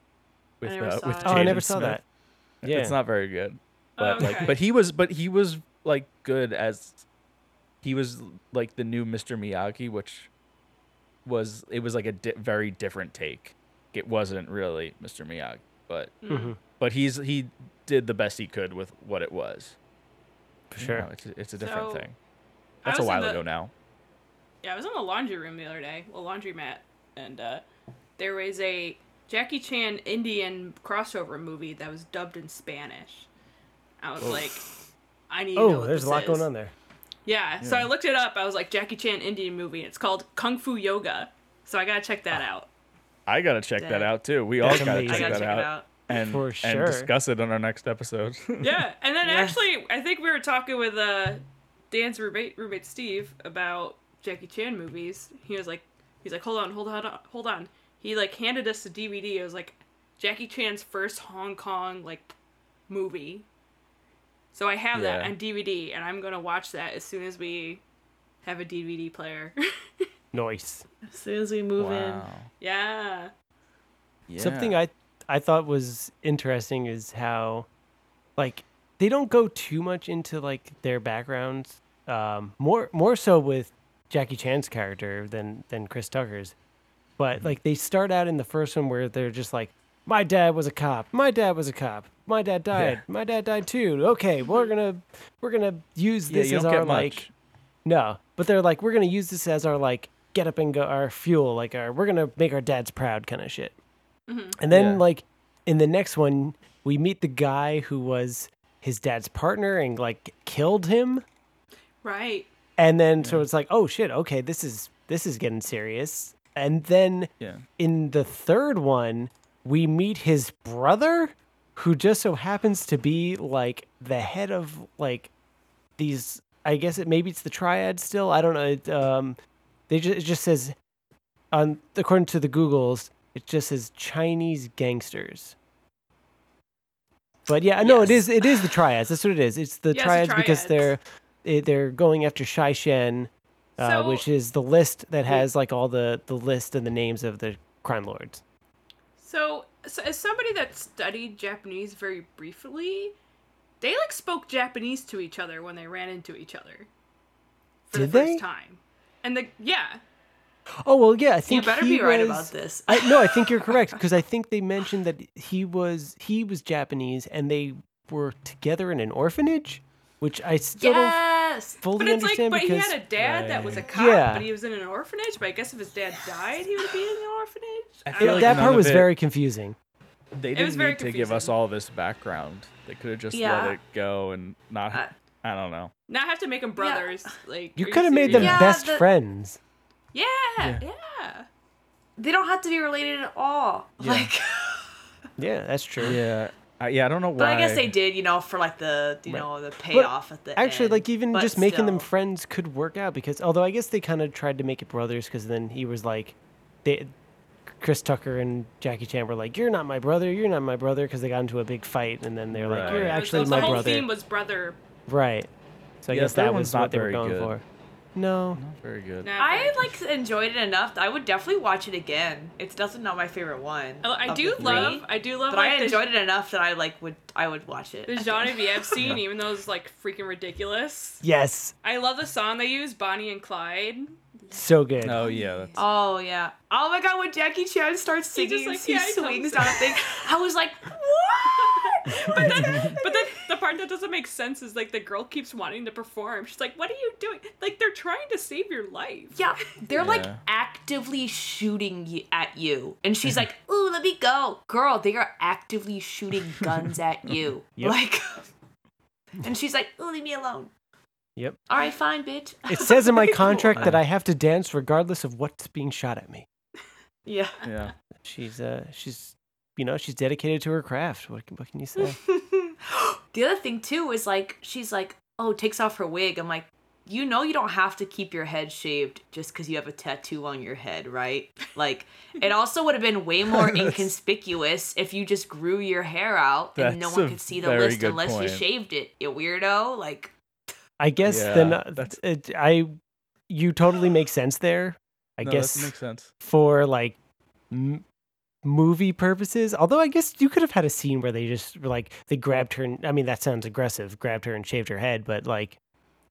with
never
uh,
saw
with
it.
Oh, I
Jaden
never saw
Smith.
that. Yeah.
It's not very good.
Oh,
But
okay.
like but he was but he was like good as he was like the new Mr. Miyagi, which was it was like a di- very different take. It wasn't really Mr. Miyagi, but
Mm.
Mhm,
but he's he did the best he could with what it was.
for sure.
You know, it's a- it's a different
So,
thing.
I
That's a
was in
while
the-
ago now.
Yeah, I was in the laundry room the other day, well, laundromat, and uh, there was a Jackie Chan Indian crossover movie that was dubbed in Spanish. I was like, I need. to know
Oh,
what
there's a
this
lot going
is.
on there.
Yeah, so I looked it up. I was like Jackie Chan Indian movie. and It's called Kung Fu Yoga. So I gotta check that
Ah.
out.
I gotta check that
Dang.
out too. We all
That's
gotta
amazing.
check
I gotta
that
check
out,
it out.
and
For sure.
and discuss it on our next episode.
Yeah, and then
Yeah.
actually, I think we were talking with uh, Dan's roommate, roommate Steve about Jackie Chan movies. He was like, he's like, hold on, hold on, hold on. He like handed us the DVD. It was like Jackie Chan's first Hong Kong like movie. So I have that
Yeah.
on DVD, and I'm gonna watch that as soon as we have a DVD player.
Noise.
As soon as we move in.
yeah.
Something I I thought was interesting is how like they don't go too much into like their backgrounds. Um more more so with Jackie Chan's character than than Chris Tucker's.
Mm-hmm.
But like they start out in the first one where they're just like my dad was a cop. My dad was a cop. My dad died. My dad died too. Okay, we're going to we're going to use
yeah,
this
you
as
don't
our
get
like
much.
no, but they're like, we're gonna use this as our like get up and go, our fuel, like our we're gonna make our dads proud kind of shit. And then
Yeah.
like in the next one, we meet the guy who was his dad's partner and like killed him.
Right.
And then so it's like, oh shit, okay, this is this is getting serious. And then
Yeah.
in the third one, we meet his brother, who just so happens to be like the head of like these. I guess it maybe it's the triad still. I don't know. It, um, they just it just says on according to the Google's, it just says Chinese gangsters. But yeah, no, it
Yes.
is it is the triads. That's what it is. It's the
Yes, the
triads, because
triads.
they're eh, they're going after Shai Shen uh,
So-
which is the list that has like all the the list and the names of the crime lords.
So, so as somebody that studied Japanese very briefly, they like spoke Japanese to each other when they ran into each other. For
Did
the
they?
first time. And the yeah.
Oh well, yeah, I think
better
he
be right
was-
about this.
I, no, I think you're correct because I think they mentioned that he was he was Japanese and they were together in an orphanage, which I still
Yes.
don't fully
But it's like
understand
but he
because
had a dad that was a cop,
Yeah.
but he was in an orphanage, but I guess if his dad died he would be in an orphanage.
I
I
feel
don't
it-
like
that
none
part
of
was
it-
very confusing.
They
It was
didn't
very
need to give us
confusing.
all this background. They could have just
Yeah.
let it go and not.
Uh,
I don't know.
not have to make them brothers. Like
You
are
could have made them
Yeah,
Yeah,
best
the-
friends.
serious? Yeah, yeah.
They don't have to be related at all. Like,
Yeah, that's true.
Yeah. I, yeah. I don't know why.
but I guess they did, you know, for like the, you know, the payoff at the
Actually,
end.
like even
But
just making them
still.
friends could work out because although I guess they kind of tried to make it brothers because then he was like, they, Chris Tucker and Jackie Chan were like, "You're not my brother. You're not my brother," because they got into a big fight and then they're like,
Right.
"You're
It
It was-
actually
the
my
whole
brother."
theme was brother.
right. So I
Yeah,
guess
third
that
one's
was
not
what they were
very
going
good.
for. No,
Very good.
Not very
I like enjoyed it enough. that I would definitely watch it again. It's definitely not my favorite one.
Oh, I, I
of
do
the
love.
three,
I do love.
but
like,
I
the-
enjoyed it enough that I like would I would watch it.
the Jean Viev scene, even though it's like freaking ridiculous.
yes,
I love the song they use, Bonnie and Clyde.
so good.
Oh yeah. That's,
Oh yeah! Oh my God! When Jackie Chan starts
He
singing,
just,
he,
like, yeah, he
swings
comes
down a thing. I was like, what?
But then, but then the part that doesn't make sense is like the girl keeps wanting to perform. She's like, "What are you doing? Like they're trying to save your life."
Yeah, they're like
Yeah.
actively shooting y- at you, and she's like, "Ooh, let me go, girl." They are actively shooting guns at you,
Yep.
like, and she's like, "Ooh, leave me alone."
Yep.
All right, fine, bitch.
It says in my contract that I have to dance regardless of what's being shot at me.
yeah.
yeah.
She's uh, she's, you know, she's dedicated to her craft. What can, what can you say?
the other thing too is like she's like, "Oh, takes off her wig." I'm like, you know you don't have to keep your head shaved just because you have a tattoo on your head, right? Like, it also would have been way more
That's-
inconspicuous if you just grew your hair out and no
That's a
one could see the
very
list
good
unless you
point.
shaved it, you weirdo. Like,
I guess
Yeah,
then uh,
that's-
it, I you totally make sense there. I
No,
guess
that makes sense.
for like m- movie purposes. Although I guess you could have had a scene where they just were like they grabbed her. And, I mean, that sounds aggressive. Grabbed her and shaved her head, but like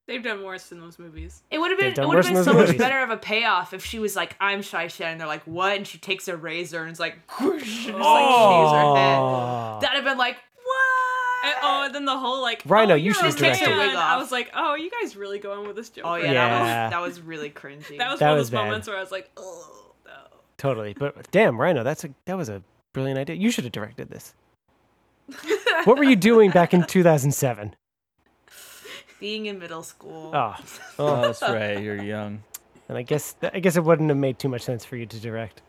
They've done worse in those movies.
It would have
They've done
been it
worse
would have been
than
so
those
much
movies.
better of a payoff if she was like, I'm Shy Shan, and they're like, What? And she takes a razor and it's like whoosh and just like shaves her head.
Oh.
That'd have been like, What?
And, oh, and then the whole like
Rhino,
oh,
you
you're
should have
a
directed.
man.
Take your wig
I
off.
was like, oh, you guys really going with this joke?
Oh
right
yeah,
now.
Yeah.
That, was, that was really cringy.
that was
That
one
was
of those
bad.
moments where I was like, oh no.
totally. But damn, Rhino, that's a that was a brilliant idea. You should have directed this. What were you doing back in 2007?
being in middle school.
Oh,
Oh, that's right. You're young.
and I guess I guess it wouldn't have made too much sense for you to direct.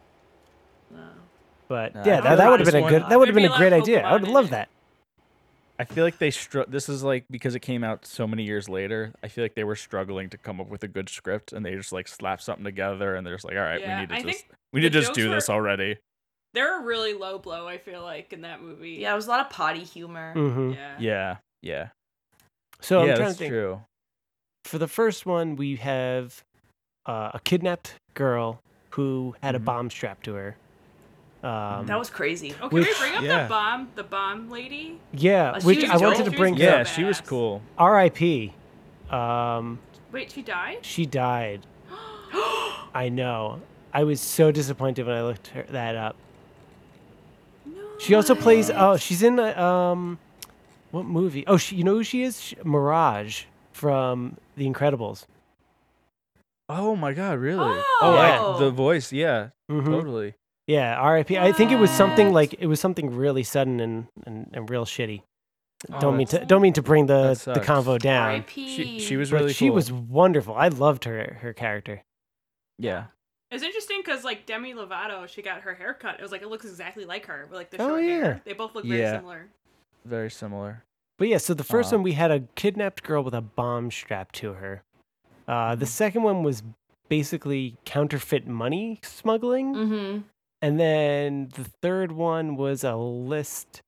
No.
But
No, I
yeah,
don't
that, that
know.
would have been a
This
good
one-
that would have been
There'd be
a
a
great
lot of
idea. I would
Pokemon in
love
it.
that.
I feel like they str- this is like because it came out so many years later. I feel like they were struggling to come up with a good script, and they just like slap something together, and they're just like, "All right,
Yeah,
we need to
I think
just we
the
need to just do
jokes
this
were-
already."
They're a really low blow. I feel like in that movie.
Yeah, it was a lot of potty humor.
hmm
Yeah.
Yeah, yeah,
So I'm
yeah.
trying to
That's
think.
true.
for the first one, we have uh, a kidnapped girl who had a
Mhm.
bomb strapped to her. Um,
That was crazy.
Oh, can
Which-
we bring up
Yeah.
that bomb? The bomb lady.
yeah,
Uh, she
which
was
I wanted
dope.
to bring
She was
Yeah,
up.
so
she was
badass.
cool.
R.I.P. Um,
Wait, she died.
she died. I know. I was so disappointed when I looked her, that up. She also plays. Oh, she's in a, um, what movie? Oh, she, you know who she is? She, Mirage from The Incredibles.
Oh my god, really?
Oh.
like the voice. Yeah,
Mhm.
totally.
Yeah, R.I.P. I think it was something like it was something really sudden and, and, and real shitty.
Oh,
Don't mean
that's-
to don't mean to bring the
that
the
sucks.
convo down.
R.I.P.
She she was
But
really.
she
cool.
was wonderful. I loved her her character.
Yeah.
It's interesting because like Demi Lovato, she got her hair cut. It was like it looks exactly like her with like the
Oh,
short
yeah.
hair. They both look very
Yeah.
similar.
Very similar.
But yeah, so the 1st
Uh-huh.
one we had a kidnapped girl with a bomb strapped to her. Uh, the second one was basically counterfeit money smuggling,
Mm.
Mm-hmm.
and then the third one was a list.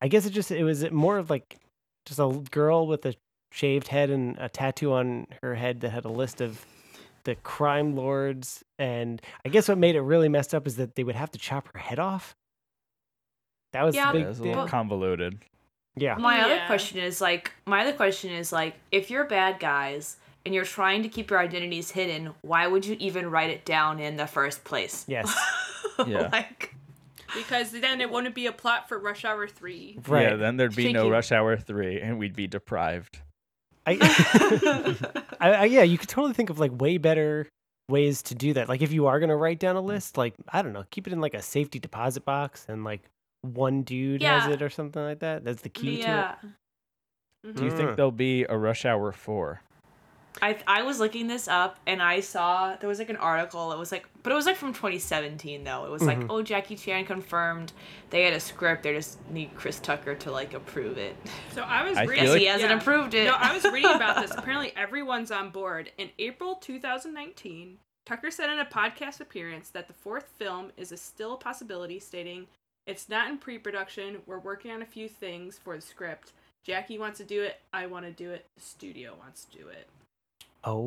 I guess it just it was more of like just a girl with a shaved head and a tattoo on her head that had a list of the crime lords and I guess what made it really messed up is that they would have to chop her head off. That was
Yeah,
the
Yeah,
big
it was a
thing.
little convoluted.
yeah.
My other
Yeah.
question is like my other question is like if you're bad guys and you're trying to keep your identities hidden, why would you even write it down in the first place?
Yes.
Yeah.
like
Because then it wouldn't be a plot for Rush Hour Three.
Right.
Yeah, then there'd be no
Shaky.
Rush Hour three, and we'd be deprived.
I, I, I yeah, you could totally think of like way better ways to do that. Like if you are gonna write down a
Mm.
list, like I don't know, keep it in like a safety deposit box and like one dude has
Yeah.
it or something like that. That's the key to it.
yeah.
Do you
Mm.
think there'll be a Rush Hour four?
I I was looking this up and I saw there was like an article. It was like, but it was like from 2017 though. It was
Mm-hmm.
like, oh, Jackie Chan confirmed they had a script. They just need Chris Tucker to like approve it.
So I was
I feel
reading.
Yes,
like-
he hasn't
yeah.
approved it.
No, I was reading about this. Apparently, everyone's on board. In April 2019, Tucker said in a podcast appearance that the fourth film is a still possibility, stating, It's not in pre production. We're working on a few things for the script. Jackie wants to do it. I want to do it. The studio wants to do it.
Oh
Wow.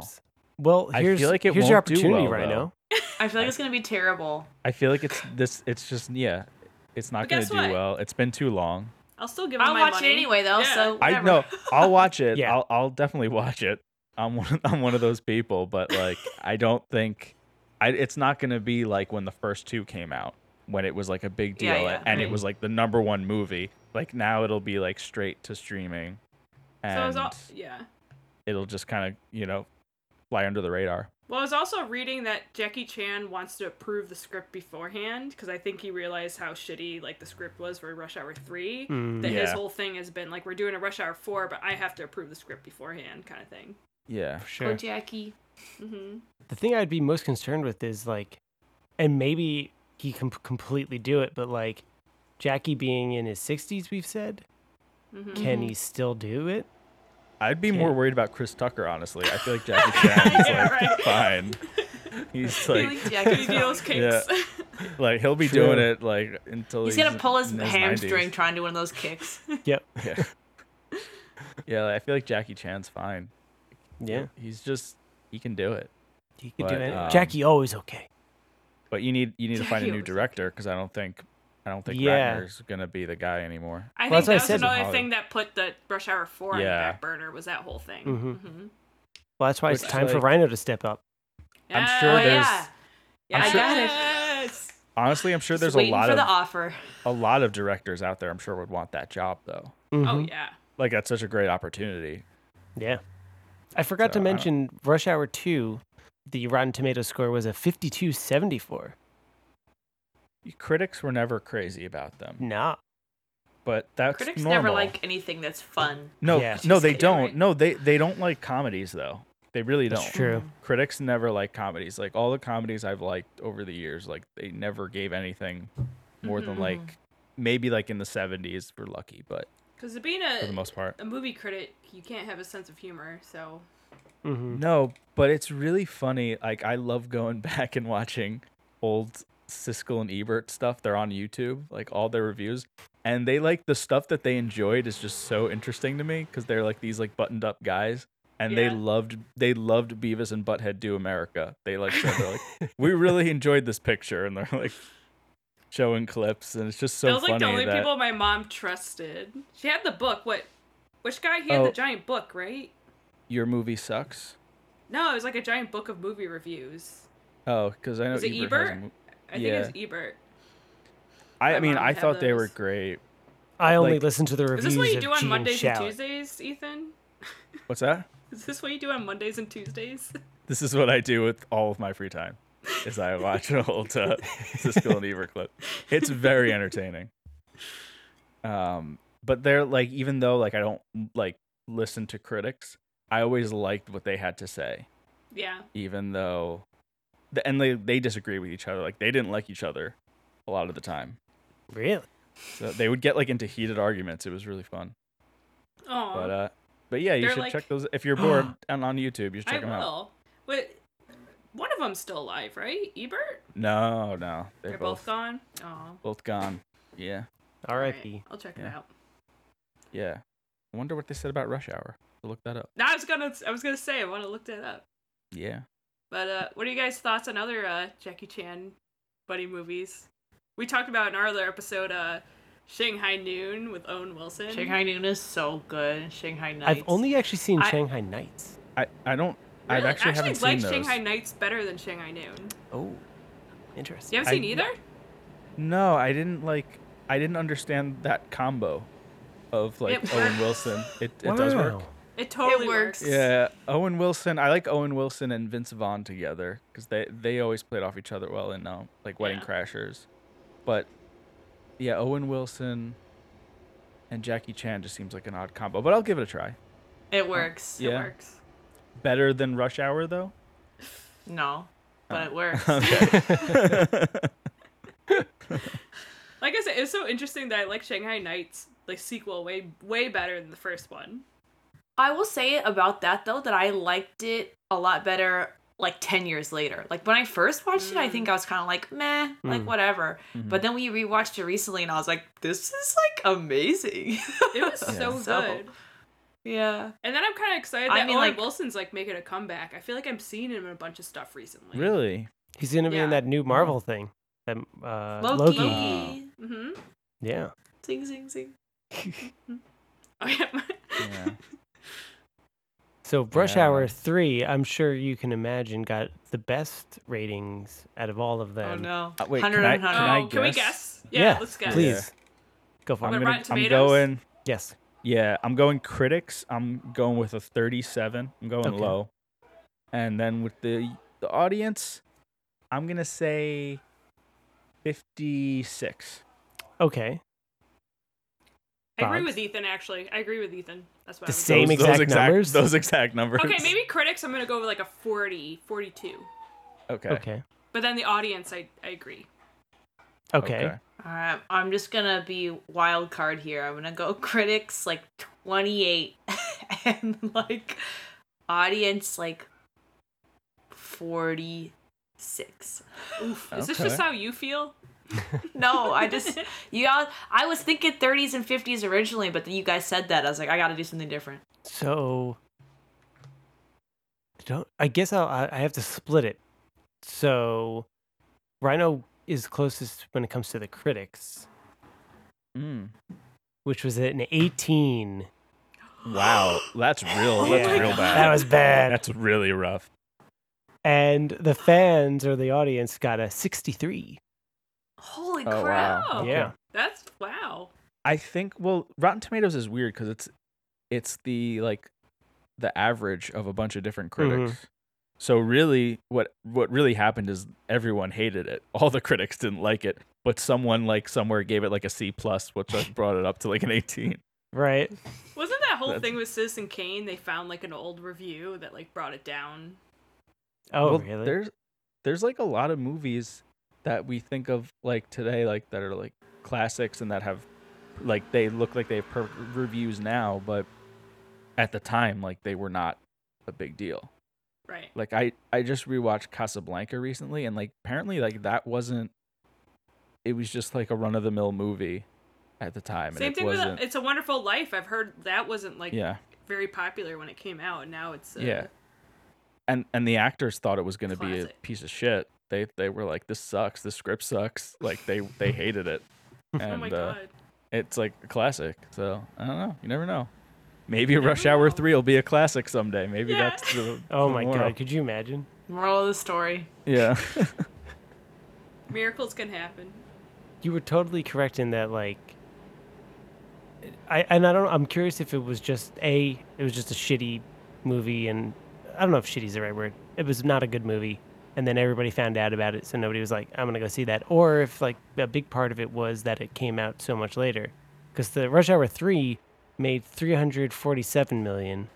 snaps. Well
I
here's
feel like it
here's your
won't do
opportunity
well,
right now.
I feel like it's gonna be terrible.
I feel like it's this. It's just yeah. It's not
But
going to
guess
do
what?
well. It's been too long.
I'll still give them
I'll
my
watch
money.
it anyway though.
Yeah.
So
I
whatever.
know. I'll watch it.
Yeah.
I'll, I'll definitely watch it. I'm one. I'm one of those people, but like I don't think, I it's not going to be like when the first two came out when it was like a big deal
Yeah, yeah,
and it
right.
was like the number one movie. Like now it'll be like straight to streaming,
So it
and
was all, yeah.
it'll just kind of you know fly under the radar.
Well, I was also reading that Jackie Chan wants to approve the script beforehand because I think he realized how shitty like the script was for Rush Hour Three.
Mm.
that his
Yeah.
whole thing has been like we're doing a Rush Hour Four, but I have to approve the script beforehand, kind of thing.
Yeah.
Go
Sure.
Jackie.
Mm-hmm.
The thing I'd be most concerned with is like and maybe he can p- completely do it, but like
Mm-hmm.
Jackie being in his sixties, we've said,
Mhm.
can he still do it?
I'd be more worried about Chris Tucker, honestly. I feel like Jackie Chan is
Yeah,
like
right.
fine. He's like,
Like Jackie's
He deals
song.
kicks.
like he'll be
True.
doing it like until
He's gonna pull his
in
hamstring
90s.
trying to one of those kicks.
Yep.
Yeah, yeah. like, I feel like Jackie Chan's fine.
Yeah.
he's just he can do it.
He could do
But,
it.
um,
Jackie always okay.
But you need you need to find a
Jackie
new
was-
director because I don't think I don't think
Yeah.
Ratner's gonna be the guy anymore.
I
Well, that's what I
think that was
said to
another
Holly.
thing that put the Rush Hour 4 on the
Yeah.
back burner was that whole thing.
Mhm.
Mhm.
Well, that's why it's
Which,
time for
like-
Rhino to step up.
I'm
Yeah,
sure
oh,
there's
yeah.
I'm
sure- I got it.
Yes.
honestly I'm sure
Just
there's a
waiting
lot
for
of
the offer.
a lot of directors out there I'm sure would want that job though.
Oh
Mhm.
yeah.
Like that's such a great opportunity.
Yeah. I forgot
So,
to
I don't-
mention Rush Hour 2, the Rotten Tomato score was a 5274.
Critics were never crazy about them,
Nah.
but that's
Critics
normal.
never like anything that's fun.
No,
Yeah.
no, they
Yeah,
don't.
right.
No, they they don't like comedies though. They really
That's
don't.
Hmm.
true.
Critics never like comedies. Like all the comedies I've liked over the years, like they never gave anything more than
Mm-hmm,
Mhm.
like maybe like in the seventies. We're lucky, but
Because being
for the
a,
most part,
a movie critic, you can't have a sense of humor. So
hmm
no. But it's really funny. Like I love going back and watching old Siskel and Ebert stuff. They're on YouTube, like all their reviews, and they like the stuff that they enjoyed is just so interesting to me because they're like these like buttoned up guys. And they
Yeah.
loved they loved Beavis and Butthead Do America. They like said they're like we really enjoyed this picture, and they're like showing clips, and it's just so
that was
funny
like the only
that
people my mom trusted. She had the book. What? Which guy? He had
Oh.
the giant book, right?
your movie sucks.
No, it was like a giant book of movie reviews.
Oh, because I know
Was it
Ebert. has a
Ebert?
mo-
I think it was Ebert.
I
My
mean,
mom
I
had
thought they were
those.
great.
I only
Like-
listen to the
Is
reviews
this what you
of
do on
Gene
Mondays
Shalit.
and Tuesdays, Ethan?
What's that?
Is this what you do on Mondays and Tuesdays?
This is what I do with all of my free time, is I watch an old uh, Siskel and Ebert clip. It's very entertaining. Um, but they're like, even though like I don't like listen to critics, I always liked what they had to say,
Yeah.
even though, the, and they they disagree with each other. Like they didn't like each other a lot of the time.
Really?
So they would get like into heated arguments. It was really fun.
Oh.
But uh, but yeah, you
They're
should
like-
check those if you're bored and on YouTube. You should check
I
them out.
will. But one of them's still alive, right? Ebert?
No, no, they're,
They're
both
both, gone. Oh.
both gone. Yeah,
R.I.P.
I'll check it
Yeah.
out.
yeah. I wonder what they said about Rush Hour. I'll look that up.
No, I was gonna I was gonna say I wanna look that up.
Yeah.
But uh what are you guys' thoughts on other uh Jackie Chan buddy movies? We talked about in our other episode uh Shanghai Noon with Owen Wilson.
Shanghai Noon is so good. Shanghai Nights.
I've only actually seen
I-
Shanghai Nights.
I I don't. I've
Really?
actually, haven't
like
seen those.
Shanghai Nights better than Shanghai Noon.
Oh,
You
interesting.
haven't
I-
seen either?
No, I didn't like. I didn't understand that combo of like
It
Owen
works.
Wilson. It it does work.
Wow.
It totally
works.
works.
Yeah, Owen Wilson. I like Owen Wilson and Vince Vaughn together because they they always played off each other well in um, like Wedding
Yeah.
Crashers, but yeah, Owen Wilson and Jackie Chan just seems like an odd combo. But I'll give it a try.
it works.
It
Yeah.
works.
Better than Rush Hour though.
No, but
Oh.
it works.
Like I said, it's so interesting that I like Shanghai Nights, like sequel, way way better than the first one.
I will say about that though that I liked it a lot better like 10 years later. Like when I first watched it, I
Mm.
think I was kind of like, meh, like
Mm.
whatever. But then we rewatched it recently and I was like, this is like amazing.
It was
Yeah.
so
So-
good.
yeah.
And then I'm kind of excited
I
that
mean,
Owen
like-
Wilson's like making a comeback. I feel like I'm seeing him in a bunch of stuff recently.
really?
He's going to be in
Yeah. Mm-hmm.
that new Marvel thing. That, uh,
Loki.
Loki.
hmm
Yeah.
Zing, zing, zing.
Oh yeah.
Yeah.
So Brush
Yeah.
Hour 3, I'm sure you can imagine, got the best ratings out of all of them.
Oh no.
Uh, wait, can
100
I-
on 100.
oh,
I
can we
guess?
guess? Yeah,
Yeah,
let's guess.
Please. Go for
I'm,
it.
With
gonna-
Rotten
I'm
Tomatoes?
going.
Yes.
Yeah, I'm going critics. I'm going with a 37. I'm going
Okay.
low. And then with the the audience, I'm going to say 56.
Okay.
I agree
Bob?
with Ethan. Actually, I agree with Ethan. That's what
The
I was
same exact numbers?
Those exact numbers.
Okay, maybe critics. I'm gonna go with like a 40, 42.
Okay.
Okay.
But then the audience, I, I agree.
Okay.
Alright, I'm just gonna be wild card here. I'm gonna go critics like 28 and like audience like 46.
Is this
Okay.
just how you feel?
No, I just you all I was thinking 30s and 50s originally, but then you guys said that. I was like I got to do something different.
So I don't I guess I'll, I I have to split it. So Rhino is closest when it comes to the critics,
Mm.
which was an 18.
Wow, that's
Oh
real. Oh, That's
Yeah.
real bad.
That was bad.
That's really rough.
And the fans or the audience got a 63.
Holy
Oh,
crap.
wow.
Oh,
Yeah.
That's wow.
I think well, Rotten Tomatoes is weird because it's it's the like the average of a bunch of different
Mm-hmm.
critics. So really, what what really happened is everyone hated it. All the critics didn't like it, but someone like somewhere gave it like a C plus, which I brought it up to like an eighteen.
Right.
Wasn't that whole
That's-
thing with Citizen Kane? They found like an old review that like brought it down.
Oh,
Well,
really?
There's there's like a lot of movies that we think of like today, like that are like classics and that have like they look like they have perfect reviews now, but at the time, like they were not a big deal.
Right.
Like I I just rewatched Casablanca recently, and like apparently like that wasn't. It was just like a run of the mill movie at the time.
Same
and it
thing with
wasn't,
uh, It's a Wonderful Life. I've heard that wasn't like
yeah.
very popular when it came out, and now it's uh,
Yeah. and and the actors thought it was going to be a
Classic.
piece of shit. They they were like, "This sucks. This script sucks." Like they they hated it. And,
oh my
uh,
god.
it's like a classic. So I don't know. You never know. Maybe Rush
never
Hour
know.
Three will be a classic someday. Maybe
Yeah.
that's the
oh
the
my
moral.
god, could you imagine?
Moral of the story.
Yeah.
Miracles can happen.
You were totally correct in that like I and I don't I'm curious if it was just a it was just a shitty movie and I don't know if shitty's the right word. It was not a good movie and then everybody found out about it so nobody was like I'm going to go see that or if like a big part of it was that it came out so much later cuz the Rush Hour 3 made 347 million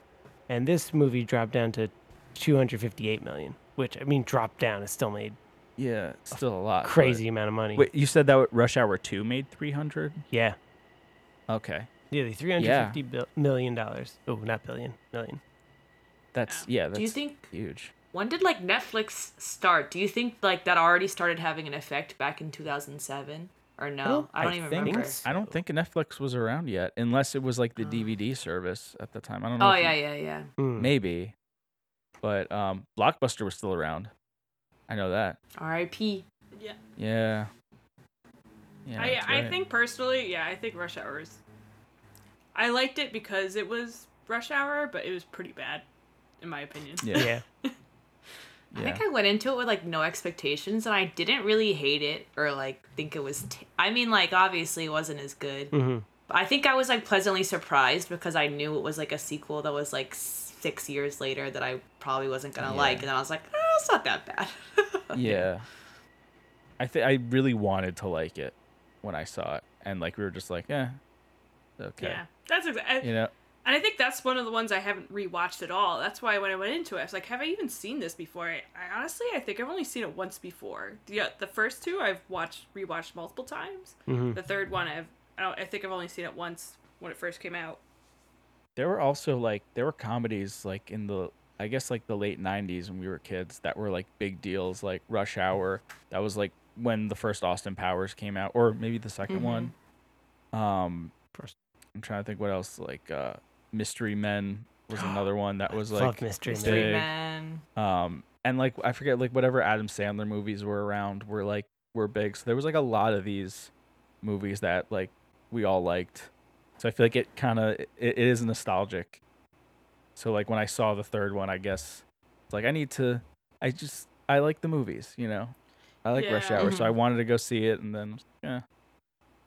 and this movie dropped down to 258 million, which I mean dropped down it still made
yeah. Still a lot. but-
crazy amount of money.
Wait, you said that Rush Hour Two made three hundred?
Yeah.
Okay.
Nearly three hundred fifty bil- million dollars. Oh, not billion, million.
That's yeah. That's
Do you think
huge?
when did like Netflix start? Do you think like that already started having an effect back in 2007 or no? I don't,
Oh, I
even
think
remember.
so.
I don't think Netflix was around yet, unless it was like the DVD service at the time. I don't know.
Uh. Oh
if you-
yeah, yeah, yeah.
Hmm.
maybe, but um, Blockbuster was still around. I know that.
R.I.P.
Yeah.
Yeah. Yeah.
I,
that's
I
right.
think personally, yeah, I think Rush Hour is. I liked it because it was Rush Hour, but it was pretty bad, in my opinion.
Yeah.
Yeah.
I
Yeah.
think I went into it with like no expectations, and I didn't really hate it or like think it was. T- I mean, like obviously it wasn't as good.
hmm
But I think I was like pleasantly surprised because I knew it was like a sequel that was like six years later that I probably wasn't gonna
Yeah.
like, and I was like, oh, it's not that bad.
Yeah. I think I really wanted to like it when I saw it, and like we were just like, yeah, okay,
Yeah, that's exactly.
you know,
And I think that's one of the ones I haven't rewatched at all. That's why when I went into it, I was like, have I even seen this before? I, I honestly, I think I've only seen it once before. The, uh, the first two I've watched, rewatched multiple times.
Mm-hmm.
hmm
The third one, I've, I, don't, I think I've only seen it once when it first came out.
there were also like there were comedies like in the I guess like the late '90s when we were kids that were like big deals, like Rush Hour. That was like when the first Austin Powers came out, or maybe the 2nd one. Um,
First.
I'm trying to think what else. Like uh, Mystery Men was another one that was like
Love mystery.
big.
Man.
Mystery Men.
um and like i forget like whatever adam sandler movies were around were like were big so there was like a lot of these movies that like we all liked so i feel like it kind of it, it is nostalgic so like when i saw the third one i guess it's like i need to i just i like the movies you know i like rush
Yeah. Mm-hmm.
hour so i wanted to go see it and then yeah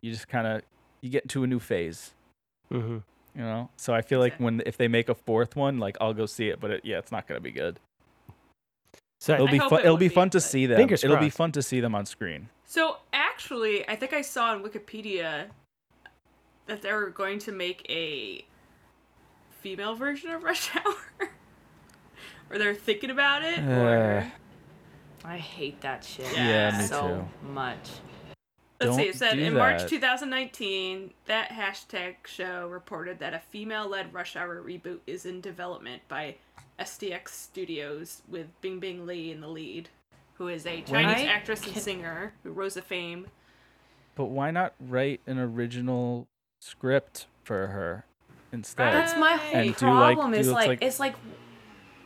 you just kind of you get into a new phase
hmm
you know so i feel like
Exactly.
when if they make a fourth one like i'll go see it but it, yeah it's not gonna be good
So
It'll
I
be
hope
fun.
it
It will
would
be
be,
fun to
but-
see them.
Fingers
It'll be
crossed.
fun to see them on screen.
So actually, I think I saw on Wikipedia that they were going to make a female version of Rush Hour, or they're thinking about it.
Uh,
or...
I hate that shit
Yeah,
me
so
too.
much.
Let's see,
Don't
it said
do
in March
that.
2019, that hashtag show reported that a female led Rush Hour reboot is in development by SDX Studios with Bing Bing Lee in the lead, who is a
I
Chinese actress and
can-
singer who rose to fame.
But why not write an original script for her instead?
That's my whole
And do, like-
problem.
do
is
it's
like,
like-
it's like,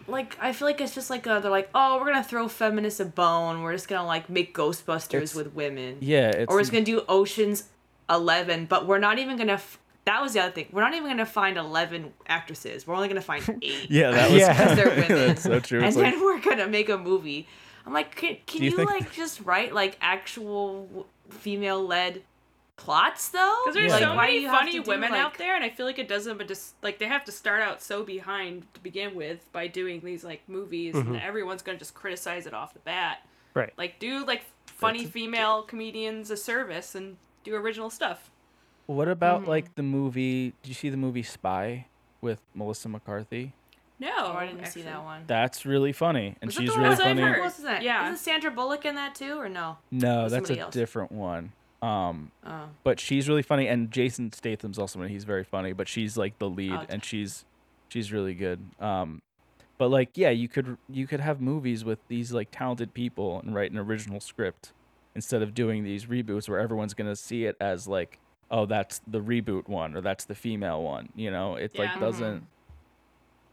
like I feel like it's just like uh they're like, oh, we're gonna throw feminists a bone. We're just gonna like make Ghostbusters
It's-
with women.
yeah, it's
or we're just gonna do Ocean's Eleven, but we're not even gonna. F- that was the other thing. We're not even gonna find eleven actresses. We're only gonna find eight.
yeah, that was
Yeah.
because they're women.
that's so true.
And
It's
then
like,
we're gonna make a movie. I'm like, can, can
Do you
you,
think-
like just write like actual w- female-led plots though?
Because there's
Yeah.
like,
so
why do
many
you have
funny
to do,
women
like-
out there, and I feel like it doesn't, but just like they have to start out so behind to begin with by doing these like movies, and everyone's gonna just criticize it off the bat.
Right.
Like do like funny
That's a-
female comedians a service and do original stuff.
what about
Mm-hmm.
like the movie? Did you see the movie Spy with Melissa McCarthy?
No,
Oh, I didn't see that
actually.
one.
That's really funny, and
Was that the
she's
one
really
that's on
funny.
her?
Who else is that?
Yeah.
Isn't Sandra Bullock in that too, or no?
No,
Or
that's a
somebody else?
different one. Um,
Oh.
but she's really funny, and Jason Statham's also in. it. He's very funny, but she's like the lead,
Oh,
and she's she's really good. Um, but like, yeah, you could you could have movies with these like talented people and write an original script instead of doing these reboots where everyone's gonna see it as like, oh, that's the reboot one or that's the female one. You know, it
Yeah.
like
Mhm.
doesn't.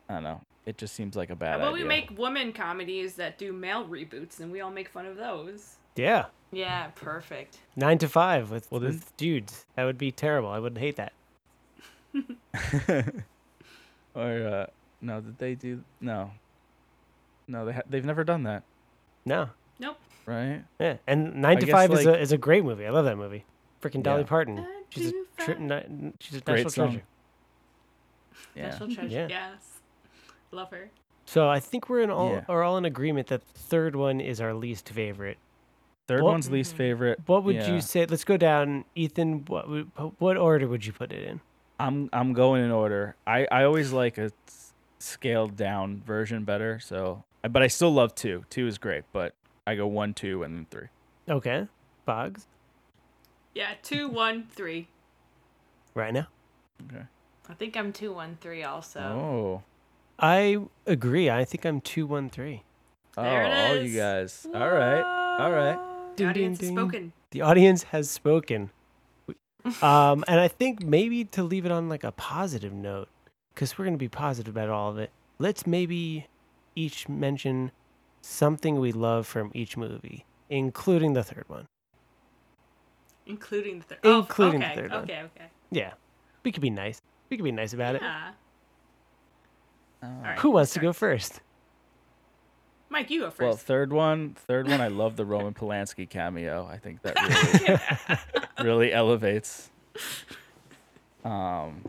I don't know. It just seems like a
How
bad
about
idea.
we make women comedies that do male reboots, and we all make fun of those?
Yeah.
Yeah, perfect.
Nine to five with,
Well, then-
with dudes. That would be terrible. I would hate that.
or uh, no, did they do no? No, they ha- they've never done that,
No.
Nope.
right?
Yeah. And nine
I
to
guess,
five is
like-
a is a great movie. I love that movie. Freaking Dolly
Yeah.
Parton.
Nine
She's
to
a tri-
five.
ni- she's a
Great
national
song.
treasure.
Yeah.
National Treasure.
Yeah.
Yes. Love her.
So I think we're in all
Yeah.
are all in agreement that the third one is our least favorite.
Third
What-
one's
Mm-hmm.
least favorite.
What would
Yeah.
you say? Let's go down, Ethan. What would- what order would you put it in?
I'm I'm going in order. I I always like a s- scaled down version better. So, but I still love two. Two is great, but I go one, two, and then three.
Okay, Boggs,
Yeah. Two, one, three.
right now.
I think I'm two one three also.
Oh,
I agree. I think I'm two one three.
oh,
There it
all
is.
you guys. All right, all right.
The audience has spoken.
The audience has spoken. Um, and I think maybe to leave it on like a positive note, because we're going to be positive about all of it, let's maybe each mention something we love from each movie, including the third one.
Including the third.
Including
oh,
the
okay,
third one.
Okay, okay. Ah.
Yeah. We could be nice. We could be nice about
Yeah. All
it.
right.
Who wants to go first?
Mike, you go first.
Well, third one, third one. I love the Roman Polanski cameo. I think that really, really elevates. Um,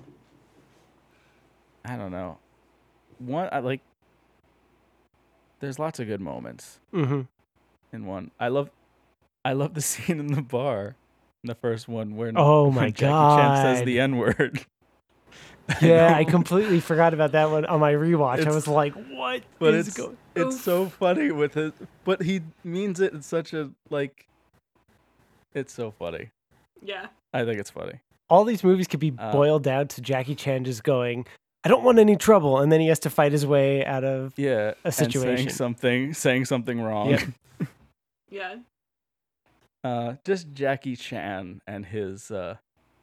I don't know. One, I like. There's lots of good moments.
Mm-hmm.
in one. I love, I love the scene in the bar, in the first one where
Oh
when
my
Jackie Chan says
God.
the N word.
Yeah, I completely forgot about that one on my rewatch. I
It's-
was like, what
But
is
it's
go-
it's so funny with it, but he means it in such a like. It's so funny.
yeah.
I think it's funny.
All these movies could be
Uh,
boiled down to Jackie Chan just going, I don't want any trouble. And then he has to fight his way out of.
Yeah, and
situation.
saying something, saying something wrong.
Yep.
Yeah.
Uh, just Jackie Chan and his uh,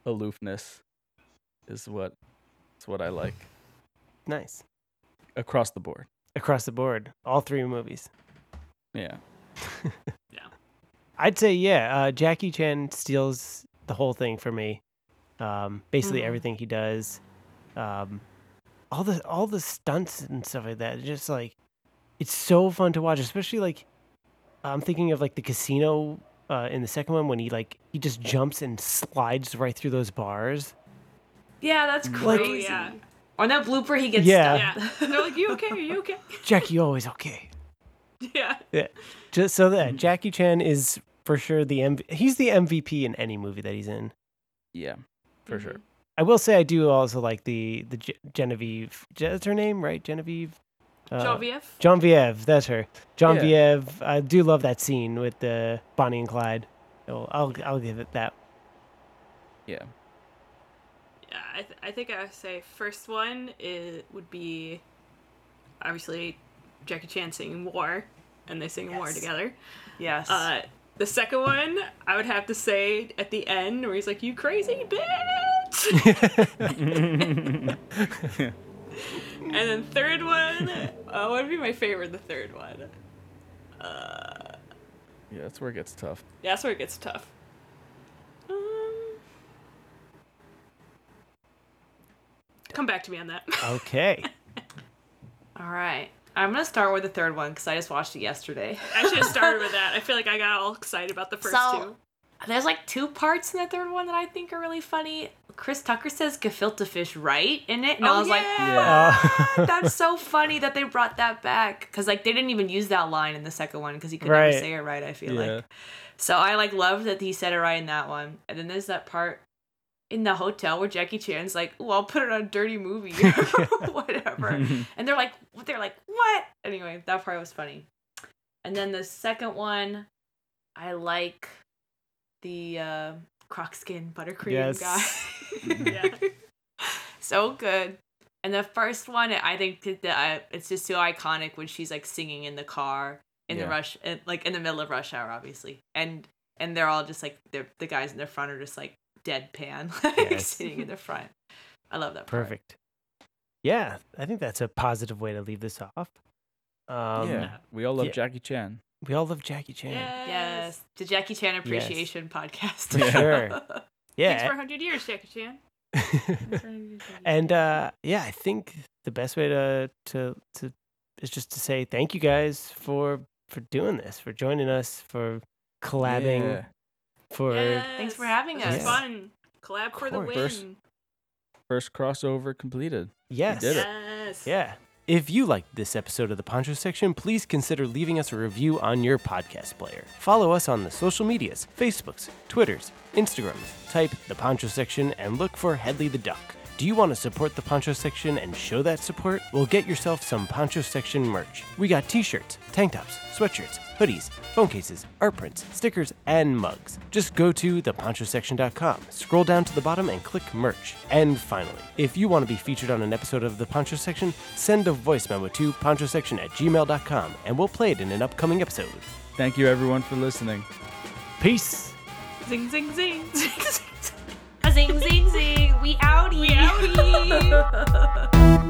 aloofness is what is what I like
Nice.
across the board.
Across the board, all three movies.
Yeah.
I'd say, yeah, uh, Jackie Chan steals the whole thing for me. Um, basically,
Mhm.
everything he does, um, all the all the stunts and stuff like that. it's Just like it's so fun to watch, especially like I'm thinking of like the casino uh, in the second one when he like he just jumps and slides right through those bars.
Yeah, that's
Like-
oh,
crazy.
yeah.
On that blooper, he gets
Yeah.
Yeah. And they're like, you okay? Are you okay?
Jackie always okay.
Yeah.
Yeah, just so that Jackie Chan is for sure the MV- he's the MVP in any movie that he's in.
Yeah, for
Mm-hmm.
sure.
I will say I do also like the the Ge- Genevieve. Ge- That's her name, right? Genevieve. Uh,
Joviev.
Genevieve, that's her. Genevieve. I do love that scene with the Bonnie and Clyde. Oh, I'll I'll give it that.
Yeah.
Yeah, I, th- I think I would say first one is, would be obviously Jackie Chan singing War, and they sing War
Yes.
together.
Yes.
Uh, the second one, I would have to say at the end where he's like, "You crazy bitch," and then third one, uh, what would be my favorite? The third one.
Yeah, that's where it gets tough.
Yeah, that's where it gets tough. Um, come back to me on that.
Oh. Okay.
all right. I'm gonna start with the third one because I just watched it yesterday.
I should have started with that. I feel like I got all excited about the first
So-
two.
There's like two parts in the third one that I think are really funny. Chris Tucker says gefilte fish right in it, and I
Oh,
was like,
yeah.
Uh,
"Ah, that's so funny that they brought that back because like they didn't even use that line in the second one because he could
Right.
never say it right. I feel
Yeah.
like so I like love that he said it right in that one, and then there's that part in the hotel where Jackie Chan's like, "Oh, I'll put it on Dirty Movie, or whatever," and they're like, "They're like what?" Anyway, that part was funny, and then the second one, I like the uh, croc skin buttercream
Yes.
guy.
Yeah.
so good. And the first one, I think that the, I- it's just so iconic when she's like singing in the car in
Yeah.
the rush, in- like in the middle of rush hour, obviously. And and they're all just like they're, the guys in the front are just like deadpan, like
Yes.
sitting in the front. I love that. part.
Perfect. Yeah, I think that's a positive way to leave this off. Um,
yeah. We all love
yeah.
Jackie Chan.
We all love Jackie Chan.
Yes, the Jackie Chan appreciation podcast.
Yeah.
Sure.
Thanks for
Yeah.
100 years, Jackie Chan.
and uh, yeah, I think the best way to, to to is just to say thank you guys for for doing this, for joining us, for collabing,
Yeah.
for
Thanks for having
This was
us.
Fun. Collab for the
course.
First-
win.
First crossover completed.
yes,
did it.
Yes.
Yeah. If you liked this episode of the Poncho Section, please consider leaving us a review on your podcast player. Follow us on the social medias Facebooks, Twitters, Instagrams. Type the Poncho Section and look for Headley the Duck. Do you want to support the Poncho Section and show that support? Well, get yourself some Poncho Section merch. We got t shirts, tank tops, sweatshirts, hoodies, phone cases, art prints, stickers, and mugs. Just go to theponchosection.com, scroll down to the bottom, and click merch. And finally, if you want to be featured on an episode of The Poncho Section, send a voice memo to ponchosection at gmail.com and we'll play it in an upcoming episode.
Thank you, everyone, for listening.
Peace!
Zing, zing, zing. zing, zing, zing.
zing zing zing. We outie.
We outie.